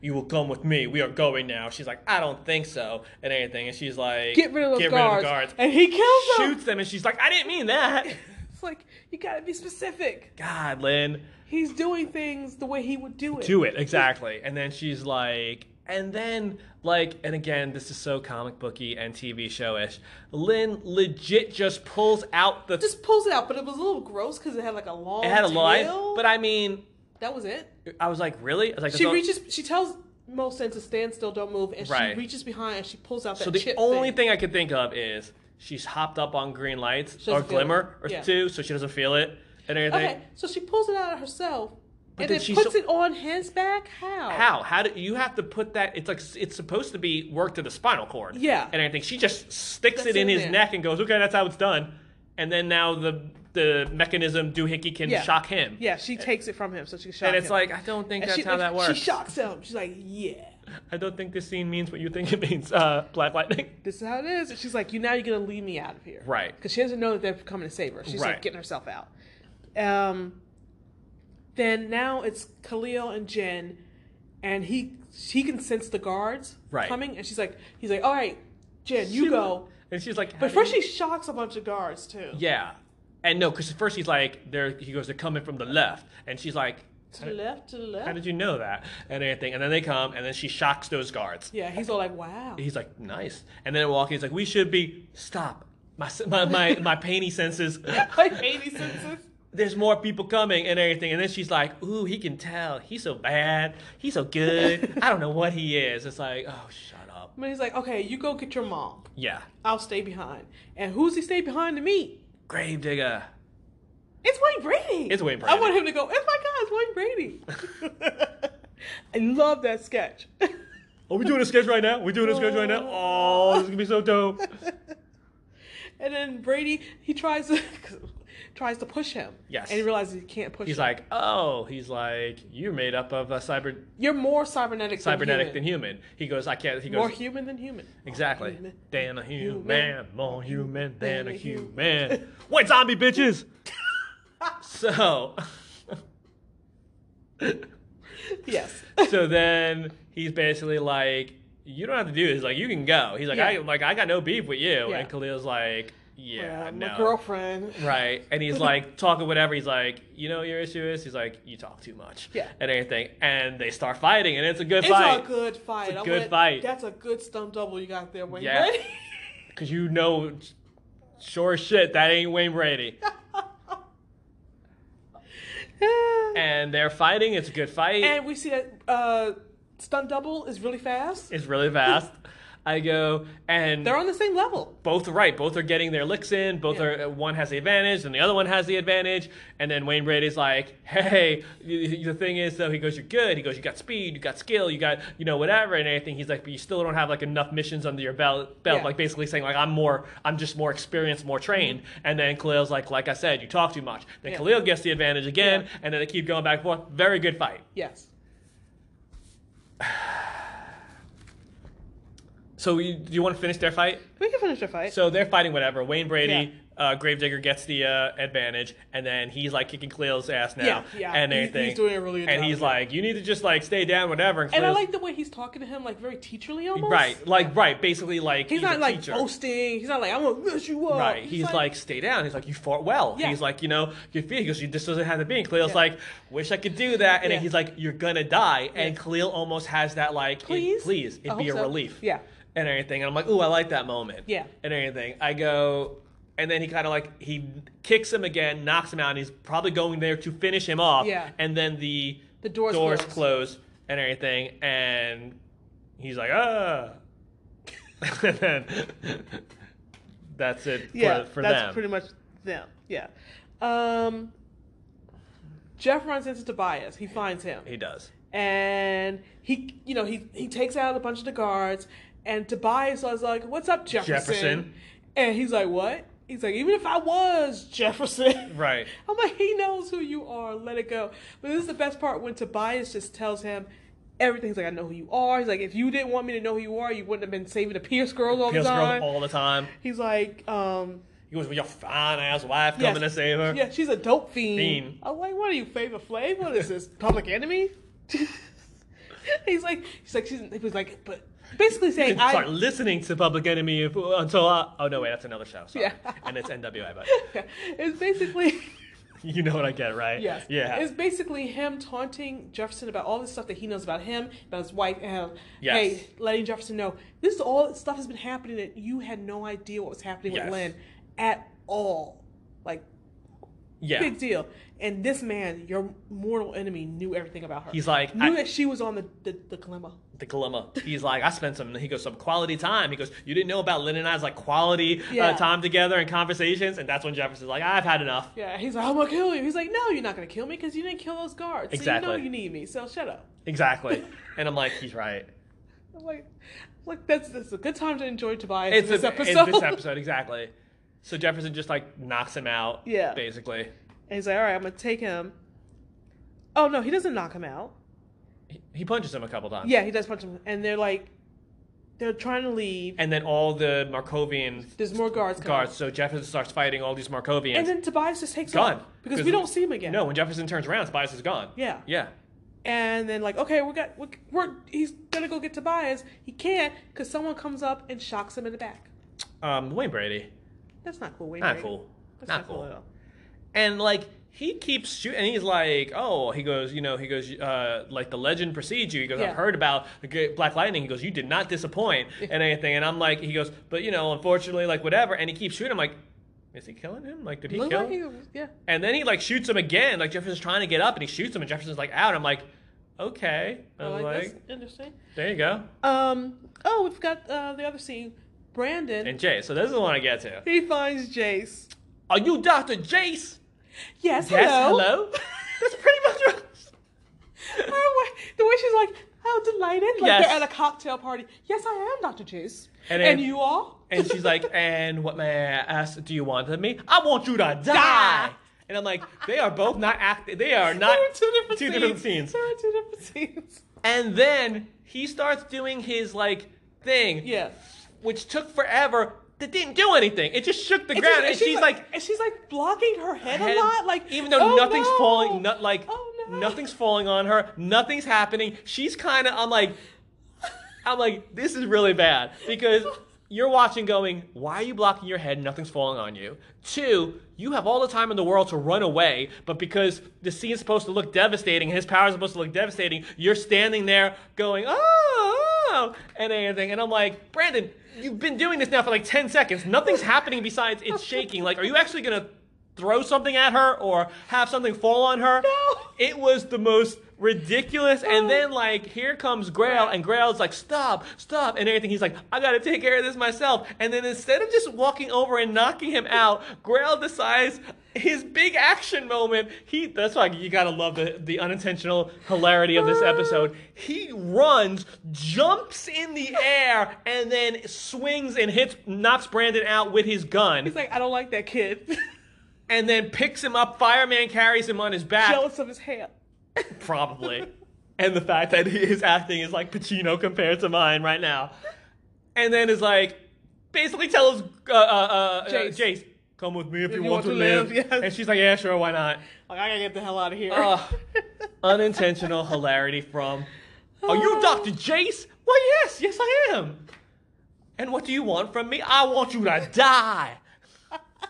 "You will come with me. We are going now," she's like, "I don't think so," and anything, and she's like,
get rid of those guards.
the guards."
And he kills (laughs) them.
Shoots them, and she's like, "I didn't mean that."
It's like you gotta be specific.
God, Lynn,
He's doing things the way he would do it.
do it exactly. And then she's like, and then like, and again, this is so comic booky and TV showish. Lynn legit just pulls out the.
Just pulls it out, but it was a little gross because it had like a long.
it had a line,
tail.
but I mean,
that was it.
I was like, really? I was like,
She
that's all-
reaches. She tells Mosin to stand still, don't move, and
Right.
she reaches behind and she pulls out that.
So the
chip
only
thing.
thing. I could think of is she's hopped up on green lights
doesn't
or
feel it.
glimmer or
Yeah.
two, so she doesn't feel it and anything.
Okay, so she pulls it out herself, and
then
then
she's
puts
so-
it on his back. How?
How? How do you have to put that? It's like it's supposed to be worked to the spinal cord.
Yeah.
And anything. She just sticks
That's
it in
in
his
there.
neck and goes, "Okay, that's how it's done." And then now the the mechanism doohickey can
Yeah.
shock him.
Yeah, she takes it from him, so she can shock
And it's
him.
like I don't think
And
that's
she,
how
like,
that works.
She shocks him. She's like, yeah,
I don't think this scene means what you think it means. Uh, Black lightning.
this is how it is. And she's like, you now you're gonna leave me out of here,
Right.
Because she doesn't know that they're coming to save her. She's
Right.
like getting herself out. Um. Then now it's Khalil and Jen, and he she can sense the guards
Right.
coming, and she's like, he's like, all right, Jen, you
She-
go.
And she's like,
But
"How do
first she shocks a bunch of guards too.
Yeah. And no, because first he's like, there. He goes, they're coming from the left, and she's like,
To the left, to the left.
how did you know that? And anything, and then they come, and then she shocks those guards.
yeah, he's all like, wow.
He's like, nice. And then walking, he's like, we should be stop. My s- my my, my painy senses.
(laughs)
(laughs)
like eighty senses.
There's more people coming and everything. And then she's like, ooh, he can tell. He's so bad. He's so good. I don't know what he is. It's like, oh, shut up.
But he's like, okay, you go get your mom.
Yeah.
I'll stay behind. And who's he stay behind to meet?
(laughs) Gravedigger.
It's Wayne Brady.
It's Wayne
I want him to go, it's my guy, it's Wayne Brady. (laughs) I love that sketch. (laughs)
Are we doing a sketch right now? We're doing a sketch right now? Oh, this is going to be so dope.
and then Brady, he tries to (laughs) tries to push him.
Yes.
And he realizes he can't push
He's
him.
like, oh, he's like, you're made up of a cyber
You're more cybernetic
cybernetic than
than human.
human. He goes, I can't. He goes,
More human than
(laughs)
human.
Exactly.
Human.
Than a human,
Human.
more human than
Than
a
a
human.
(laughs)
White zombie bitches. so, (laughs)
Yes.
so then he's basically like, "You don't have to do this. Like, you can go." He's like,
Yeah.
"I like, I got no beef with you."
Yeah.
And Khalil's like, (laughs) "Yeah,
Uh,
no."
My girlfriend.
Right,
(laughs)
and he's like talking whatever. He's like, you know, what your issue is. He's like, you talk too much.
Yeah.
and everything. And they start fighting, and it's a good
It's
fight
a good fight.
a
I
good
wanna-
fight.
That's a good stump double you got there, Wayne
Yeah.
Brady.
because you know, sure as shit, that ain't Wayne Brady. (laughs)
(laughs)
and they're fighting. It's a good fight.
And we see that uh, stunt double is really fast.
It's really fast. I go, and
They're on the same level.
both are right. Both are getting their licks in. Both
Yeah.
are one has the advantage, and the other one has the advantage. And then Wayne Brady's like, "Hey, y- y- the thing is, though, he goes, you're good. He goes, you got speed, you got skill, you got you know whatever and anything." He's like, "But you still don't have like enough missions under your belt." belt.
Yeah.
Like basically saying like, "I'm more, I'm just more experienced, more trained." And then Khalil's like, "Like I said, you talk too much." Then
Mm-hmm. Yeah.
Khalil gets the advantage again,
Yeah.
and then they keep going back and forth. Very good fight.
Yes.
So you, do you want to finish their fight?
We can finish the fight.
So they're fighting whatever. Wayne Brady, uh, Gravedigger gets the uh, advantage, and then he's like kicking Cleo's ass now.
Yeah, yeah.
And
He-
everything.
he's doing a really good
And
job
he's
of it.
like, you need to just like stay down, whatever. And,
and I
Cleo's-
like the way he's talking to him, like very teacherly almost.
right, like right, basically like
He's,
a
not like
teacher.
boasting. He's not like I'm gonna mess you up.
Right, he's, like, stay down. He's like, you fought well.
Yeah.
He's like, you know, good for you. He goes, you just doesn't have to be. And Khalil's
Yeah.
like, wish I could do that. And
Yeah.
then he's like, you're gonna die. And
Yeah.
Khalil almost has that like, it-
Please?
please,
I
it'd
hope
be a
so.
relief.
Yeah.
and everything. And I'm like, ooh, I like that moment.
Yeah.
And everything. I go, and then he kind of like, he kicks him again, knocks him out, and he's probably going there to finish him off.
Yeah.
And then the
The doors close.
close and everything. And he's like, ah. (laughs) and then that's it
yeah,
for, for
that's
them.
pretty much them. Yeah. Um, Jeff runs into Tobias. He finds him,
he does.
and he, you know, he he takes out a bunch of the guards, and Tobias was like, "What's up, Jefferson?"
Jefferson.
And he's like, "What?" He's like, "Even if I was Jefferson,
(laughs) Right.
I'm like, he knows who you are. Let it go. But this is the best part when Tobias just tells him everything. He's like, I know who you are. He's like, if you didn't want me to know who you are, you wouldn't have been saving the Pierce girls all
Kills
the time.
girls all the time.
He's like, um,
He goes, well, your fine ass wife
yes.
coming to save her.
Yeah, she's a dope fiend.
Fiend.
I'm like, what are you, Flavor Flav? What is
(laughs)
this, Public Enemy? (laughs) he's like, he's like, she's, he was like, but basically
(laughs)
saying, I,
Start listening to Public Enemy if, until I, oh no wait that's another show sorry.
Yeah.
and it's NWA
(laughs)
but
it's
(laughs)
basically.
You know what I get, right?
Yes.
Yeah.
It's basically him taunting Jefferson about all this stuff that he knows about him, about his wife, and how,
Yes.
hey, letting Jefferson know this is all stuff has been happening that you had no idea what was happening
Yes.
with Lynn at all. Like
yeah.
big deal. And this man, your mortal enemy, knew everything about her.
He's like,
knew
I-
that she was on the the, the dilemma.
the dilemma. He's like, I spent some. He goes, some quality time. He goes, you didn't know about Lynn and I's like quality
Yeah.
uh, time together and conversations, and that's when Jefferson's like, I've had enough.
Yeah, he's like, I'm gonna kill you. He's like, no, you're not gonna kill me because you didn't kill those guards. So you
Exactly.
know you need me. So shut up. (laughs)
Exactly. and I'm like, he's right.
I'm like, like that's, that's a good time to enjoy Tobias.
It's
in this
a-
episode.
It's this episode exactly. So Jefferson just like knocks him out.
Yeah.
Basically.
(laughs) And he's like, all right, I'm going to take him. Oh, no, he doesn't knock him out.
He, he punches him a couple times.
Yeah, he does punch him. And they're like, they're trying to leave.
And then all the Markovian
There's more guards coming.
guards. So Jefferson starts fighting all these Markovians.
And then Tobias just takes
gone
off. Because we don't see him again.
No, when Jefferson turns around, Tobias is gone.
Yeah.
Yeah.
And then, like, okay, we got, we're, we're, he's going to go get Tobias. He can't because someone comes up and shocks him in the back.
Um, Wayne Brady.
That's not cool. Wayne
Not
Brady.
cool.
That's
Not
not, cool.
cool.
at all.
And like he keeps shooting, and he's like, "Oh," he goes, "You know," he goes, uh, "Like the legend precedes you." He goes,
Yeah.
"I've heard about the great Black Lightning." He goes, "You did
(laughs)
not disappoint," and anything. And I'm like, he goes, "But you know, unfortunately, like whatever." And he keeps shooting. I'm like, "Is he killing him? Like, did he
Looked
kill?"
like
him?
he, yeah.
And then he like shoots him again. Like Jefferson's trying to get up, and he shoots him, and Jefferson's like out. I'm like, "Okay," I
I
was
like,
like,
this. Interesting.
"There you go."
Um, oh, we've got uh, the other scene. Brandon,
And Jay, so this is the one I get to.
he finds Jace.
Are you Doctor Jace?
Yes,
Yes,
hello.
hello. That's pretty much. What...
(laughs) Her way- the way she's like, how delighted. Like
Yes.
they're at a cocktail party. Yes, I am Dr. Jace.
And
And,
then-
you are?
And she's like, and what may I ask do you want of me? I want you to die.
Die.
And I'm like, they are both not acting. They are
(laughs)
not
there are two different
two
scenes.
different scenes.
There are two different scenes.
And then he starts doing his like thing,
Yeah.
which took forever. That didn't do anything. It just shook the
And,
ground.
she's,
and she's like,
and she's like blocking her head,
head-
a lot, like
even though
oh,
nothing's
no.
falling, not like
Oh, no.
nothing's falling on her, nothing's happening. She's kind of. I'm like, I'm like, this is really bad because you're watching, going, why are you blocking your head? Nothing's falling on you. Two, you have all the time in the world to run away, but because the scene's supposed to look devastating, his power's supposed to look devastating, you're standing there going, oh, oh," and anything. And I'm like, Brandon, you've been doing this now for like 10 seconds. Nothing's happening besides it's shaking. Like, are you actually going to throw something at her or have something fall on her?
No.
It was the most ridiculous. And then like here comes Grail, and Grail's like, stop, stop, and everything. He's like, I gotta take care of this myself. And then instead of just walking over and knocking him out, Grail decides his big action moment. He that's why you gotta love the, the unintentional hilarity of
Ah.
this episode. He runs, jumps in the air, and then swings and hits knocks Brandon out with his gun
He's like, I don't like that kid. (laughs)
and then picks him up. Fireman carries him on his back,
Jealous of his hair.
probably. (laughs) and the fact that his acting is like Pacino compared to mine right now. And then is like, basically tells uh, uh, uh,
Jace.
Jace. Jace, come with me if, you, want, to live.
yes.
And she's like, yeah, sure, why not?
Like, I gotta get the hell out of here.
Ugh. (laughs) unintentional hilarity from, are you Dr. Jace? Well, yes, yes, I am. And what do you want from me? I want you to (laughs) die.
(laughs)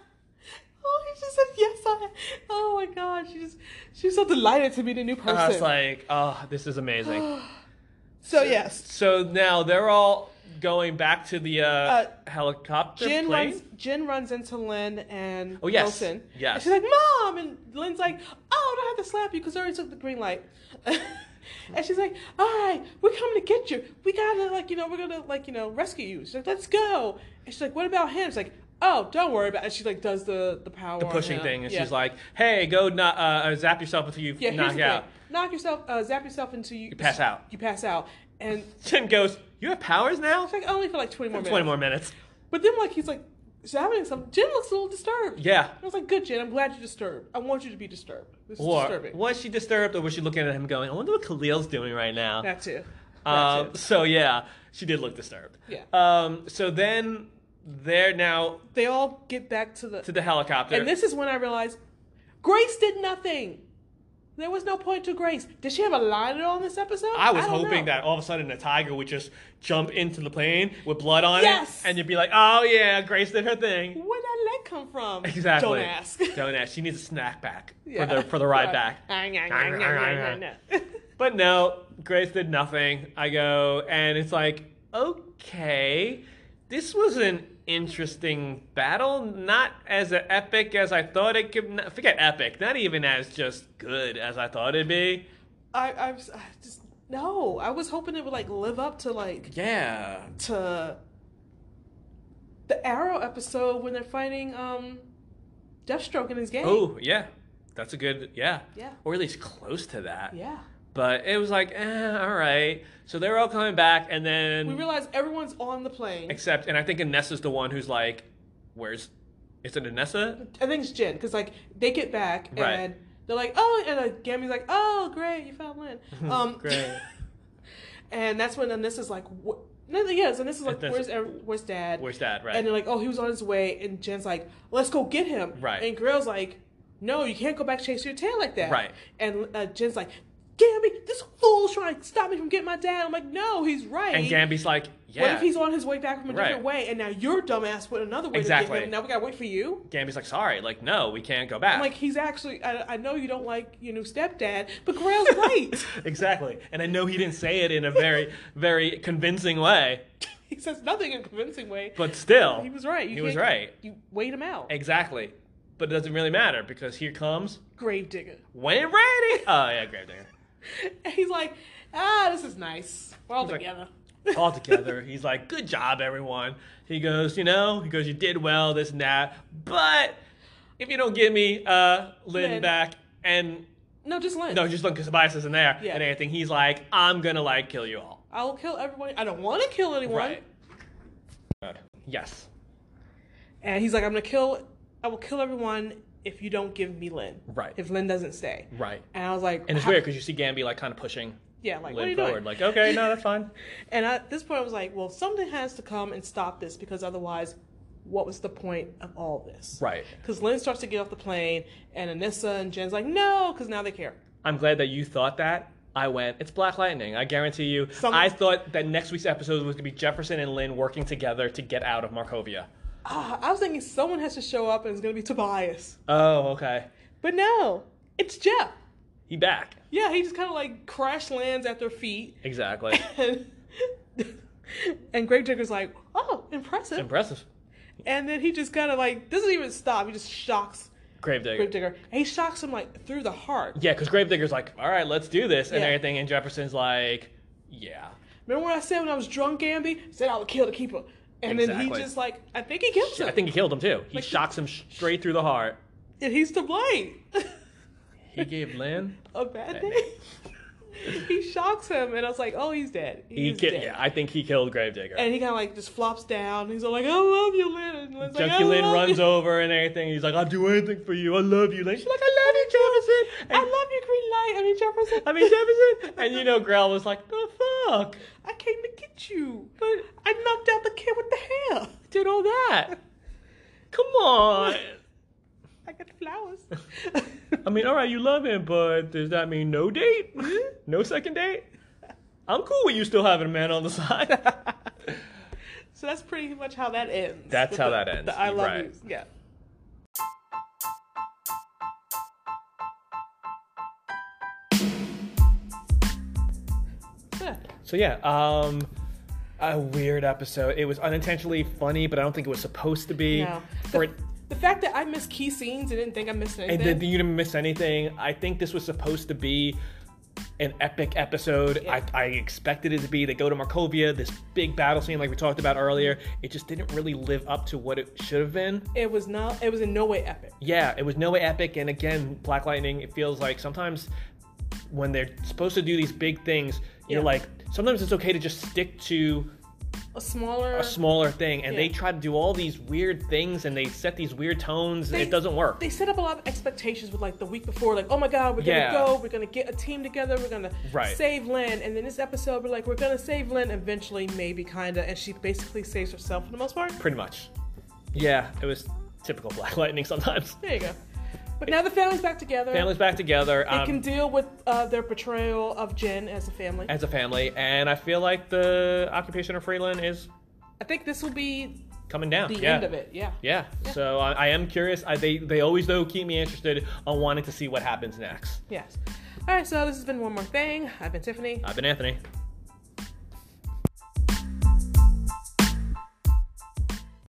oh, he just said yes. I. Oh my god, she's she's so delighted to meet a new person.
And I was Uh-huh, like, oh, this is amazing. (gasps)
so yes,
So now they're all going back to the uh, helicopter
Jin
plane.
runs Jin runs into Lynn and
Oh, yes.
Wilson.
Yes.
And she's like, "Mom," and Lynn's like, "Oh, I don't have to slap you because I already took the green light." (laughs) and she's like, "All right, we're coming to get you. We gotta like you know we're gonna like you know rescue you." She's like, "Let's go." And she's like, "What about him?" She's like, "Oh, don't worry about." it. And she like does the the power
the
on
pushing
him.
thing, and
Yeah.
she's like, "Hey, go kno- uh, uh, zap yourself until you
Yeah, here's
knock
the
out."
thing. Knock yourself, uh, zap yourself until you, you
pass out.
You pass out, and
Jin goes, "You have powers now?
it's like only for like twenty more minutes.
Twenty more minutes."
But then like he's like zapping some. Jen looks a little disturbed.
Yeah.
I was like, good Jen, I'm glad you're disturbed. I want you to be disturbed. This is
Or
disturbing.
was she disturbed, or was she looking at him going, "I wonder what Khalil's doing right now?"
That too. That
Um,
too.
so yeah, she did look disturbed.
Yeah.
Um, so then they're now
They all get back to the,
to the helicopter.
and this is when I realized Grace did nothing. There was no point to Grace. Did she have a line at all in this episode?
I was
don't
hoping
know.
that all of a sudden a tiger would just jump into the plane with blood on
Yes!
it, and you'd be like, "Oh yeah, Grace did her thing."
Where did that leg come from?
Exactly.
Don't ask.
(laughs) Don't ask. She needs a snack pack
(laughs) Yeah.
for the for the
(laughs)
ride back.
Ah, nah, nah, nah, nah, nah, nah.
But no, Grace did nothing. I go, and it's like, okay, this was an interesting battle. Not as epic as I thought it could. Not, forget epic. Not even as just good as I thought it'd be.
I, I, was, I just no. I was hoping it would like live up to like
Yeah.
to the Arrow episode when they're fighting um Deathstroke and his gang.
Oh yeah, that's a good yeah.
Yeah.
Or at least close to that.
Yeah.
But it was like, eh, all right. So they're all coming back, and then
We realize everyone's on the plane.
except, and I think Inessa's the one who's like, where's? Is it Inessa?
I think it's Jen because like they get back and
Right.
they're like, oh, and uh, Gammy's like, oh, great, you found
(laughs)
Lynn. Um,
Great.
(laughs) and that's when Anissa's like, what? No, yes, and this is like,
That's-
where's every, where's dad?
Where's that? Right.
And they're like, oh, he was on his way. And Jen's like, let's go get him.
Right.
And Grail's like, no, you can't go back chasing your tail like that.
Right.
And uh, Jen's like, Gamby, this fool's trying to stop me from getting my dad. I'm like, no, he's right.
and Gamby's like, yeah.
What if he's on his way back from a different
Right.
way? And now your dumbass went another way to
Exactly.
get him. Now we gotta wait for you.
Gamby's like, sorry, like no, we can't go back.
I'm like, he's actually. I, I know you don't like your new stepdad, but Grail's
(laughs)
right.
exactly. And I know he didn't say it in a very, very convincing way,
he says nothing in a convincing way.
but still,
he was right. You
he was
can't-
right.
You wait him out.
Exactly. But it doesn't really matter because here comes
Gravedigger.
Wayne Brady. Oh yeah, Gravedigger.
And (laughs) he's like, ah, this is nice. We're all
He's like,
together. (laughs)
all together. He's like, "Good job, everyone." He goes, "You know," he goes, "You did well, this and that." But if you don't give me uh, Lynn,
Lynn.
back and
no, just Lynn.
no, just Lynn because Tobias isn't there
Yeah.
and everything, he's like, "I'm gonna like kill you all."
I'll kill everyone. I don't want to kill anyone.
Right. Good. Yes.
And he's like, I'm gonna kill. I will kill everyone if you don't give me Lynn.
Right.
If Lynn doesn't stay.
Right.
And I was like,
And it's
"How-
weird because you see Gambi like kind of pushing
Yeah, like what are
Lynn
you
forward,
doing?
like, oh. "Okay, no, that's fine."
And at this point, I was like, well, something has to come and stop this because otherwise, what was the point of all this?
Right.
Because Lynn starts to get off the plane, and Anissa and Jen's like, no, because now they care.
I'm glad that you thought that. I went, it's Black Lightning. I guarantee you.
Some-
I thought that next week's episode was going to be Jefferson and Lynn working together to get out of Markovia.
Ah, I was thinking someone has to show up, and it's gonna be Tobias.
Oh, okay.
But no, it's Jeff.
He back.
Yeah, he just kind of like crash lands at their feet, (laughs)
Exactly.
and and Greg Digger's like, oh, impressive.
Impressive.
and then he just kind of like doesn't even stop. He just shocks
Gravedigger.
Gravedigger. And he shocks him like through the heart.
Yeah, because Gravedigger's like, all right, let's do this, and
Yeah.
everything, and Jefferson's like, yeah.
Remember what I said when I was drunk, Gamby? I said I would kill the keeper. And then
Exactly.
he just like, I think he kills him.
I think he killed him too. He
Like-
shocks him straight through the heart.
and he's to blame. (laughs)
He gave Lynn.
a bad day. (laughs) he shocks him, and I was like, oh, he's dead. He,
(laughs) He
is
ki-
dead.
yeah, I think he killed Gravedigger.
And he kind of like just flops down. He's all like, I love you, Lynn. And Lynn's like,
Junkie
"I
Lynn
love
runs
you.
over and everything. He's like, I'll do anything for you. I love you. Like, she's like, I love you, Jefferson.
I love you, Green Light. I mean, Jefferson.
I mean, Jefferson. And you know, Grell was like, the fuck?
I came to get you, but I knocked out the kid with the hair.
Did
(laughs)
all that. Come on.
I got flowers.
(laughs) I mean, all right, you love him, but does that mean no date? no second date? I'm cool with you still having a man on the side.
so that's pretty much how that ends.
That's
With
how
the-
that
with
ends.
The I
You're
love
right.
you. Yeah. Yeah.
(laughs) so yeah, um, a weird episode. It was unintentionally funny, but I don't think it was supposed to be.
No.
For it,
The fact that I missed key scenes and didn't think I missed anything.
and that you didn't miss anything. I think this was supposed to be an epic episode.
Yeah.
I, I expected it to be. They go to Markovia, this big battle scene like we talked about earlier. It just didn't really live up to what it should have been.
it was not. It was in no way epic.
Yeah, it was no way epic. And again, Black Lightning, it feels like sometimes when they're supposed to do these big things, you're
Yeah.
like, sometimes it's okay to just stick to
A smaller.
a smaller thing. And
Uh-huh. Yeah.
they try to do all these weird things and they set these weird tones. and
They-
it doesn't work.
they set up a lot of expectations with like the week before, like, oh my god, we're gonna
Yeah.
go, we're gonna get a team together, we're gonna
Right.
save Lynn, and then this episode we're like, we're gonna save Lynn eventually, maybe kinda, and she basically saves herself for the most part.
Pretty much. Yeah, it was typical (laughs) Black Lightning sometimes.
There you go. But now the family's back together.
Family's back together
they
um,
can deal with uh, their portrayal of Jen as a family.
as a family, and I feel like the occupation of Freeland is
I think this will be
coming down.
the
yeah.
end of it. Yeah.
Yeah. So I, I am curious. I, they they always though keep me interested on wanting to see what happens next.
Yes. All right. So this has been one more thing. I've been Tiffany.
I've been Uh, Anthony.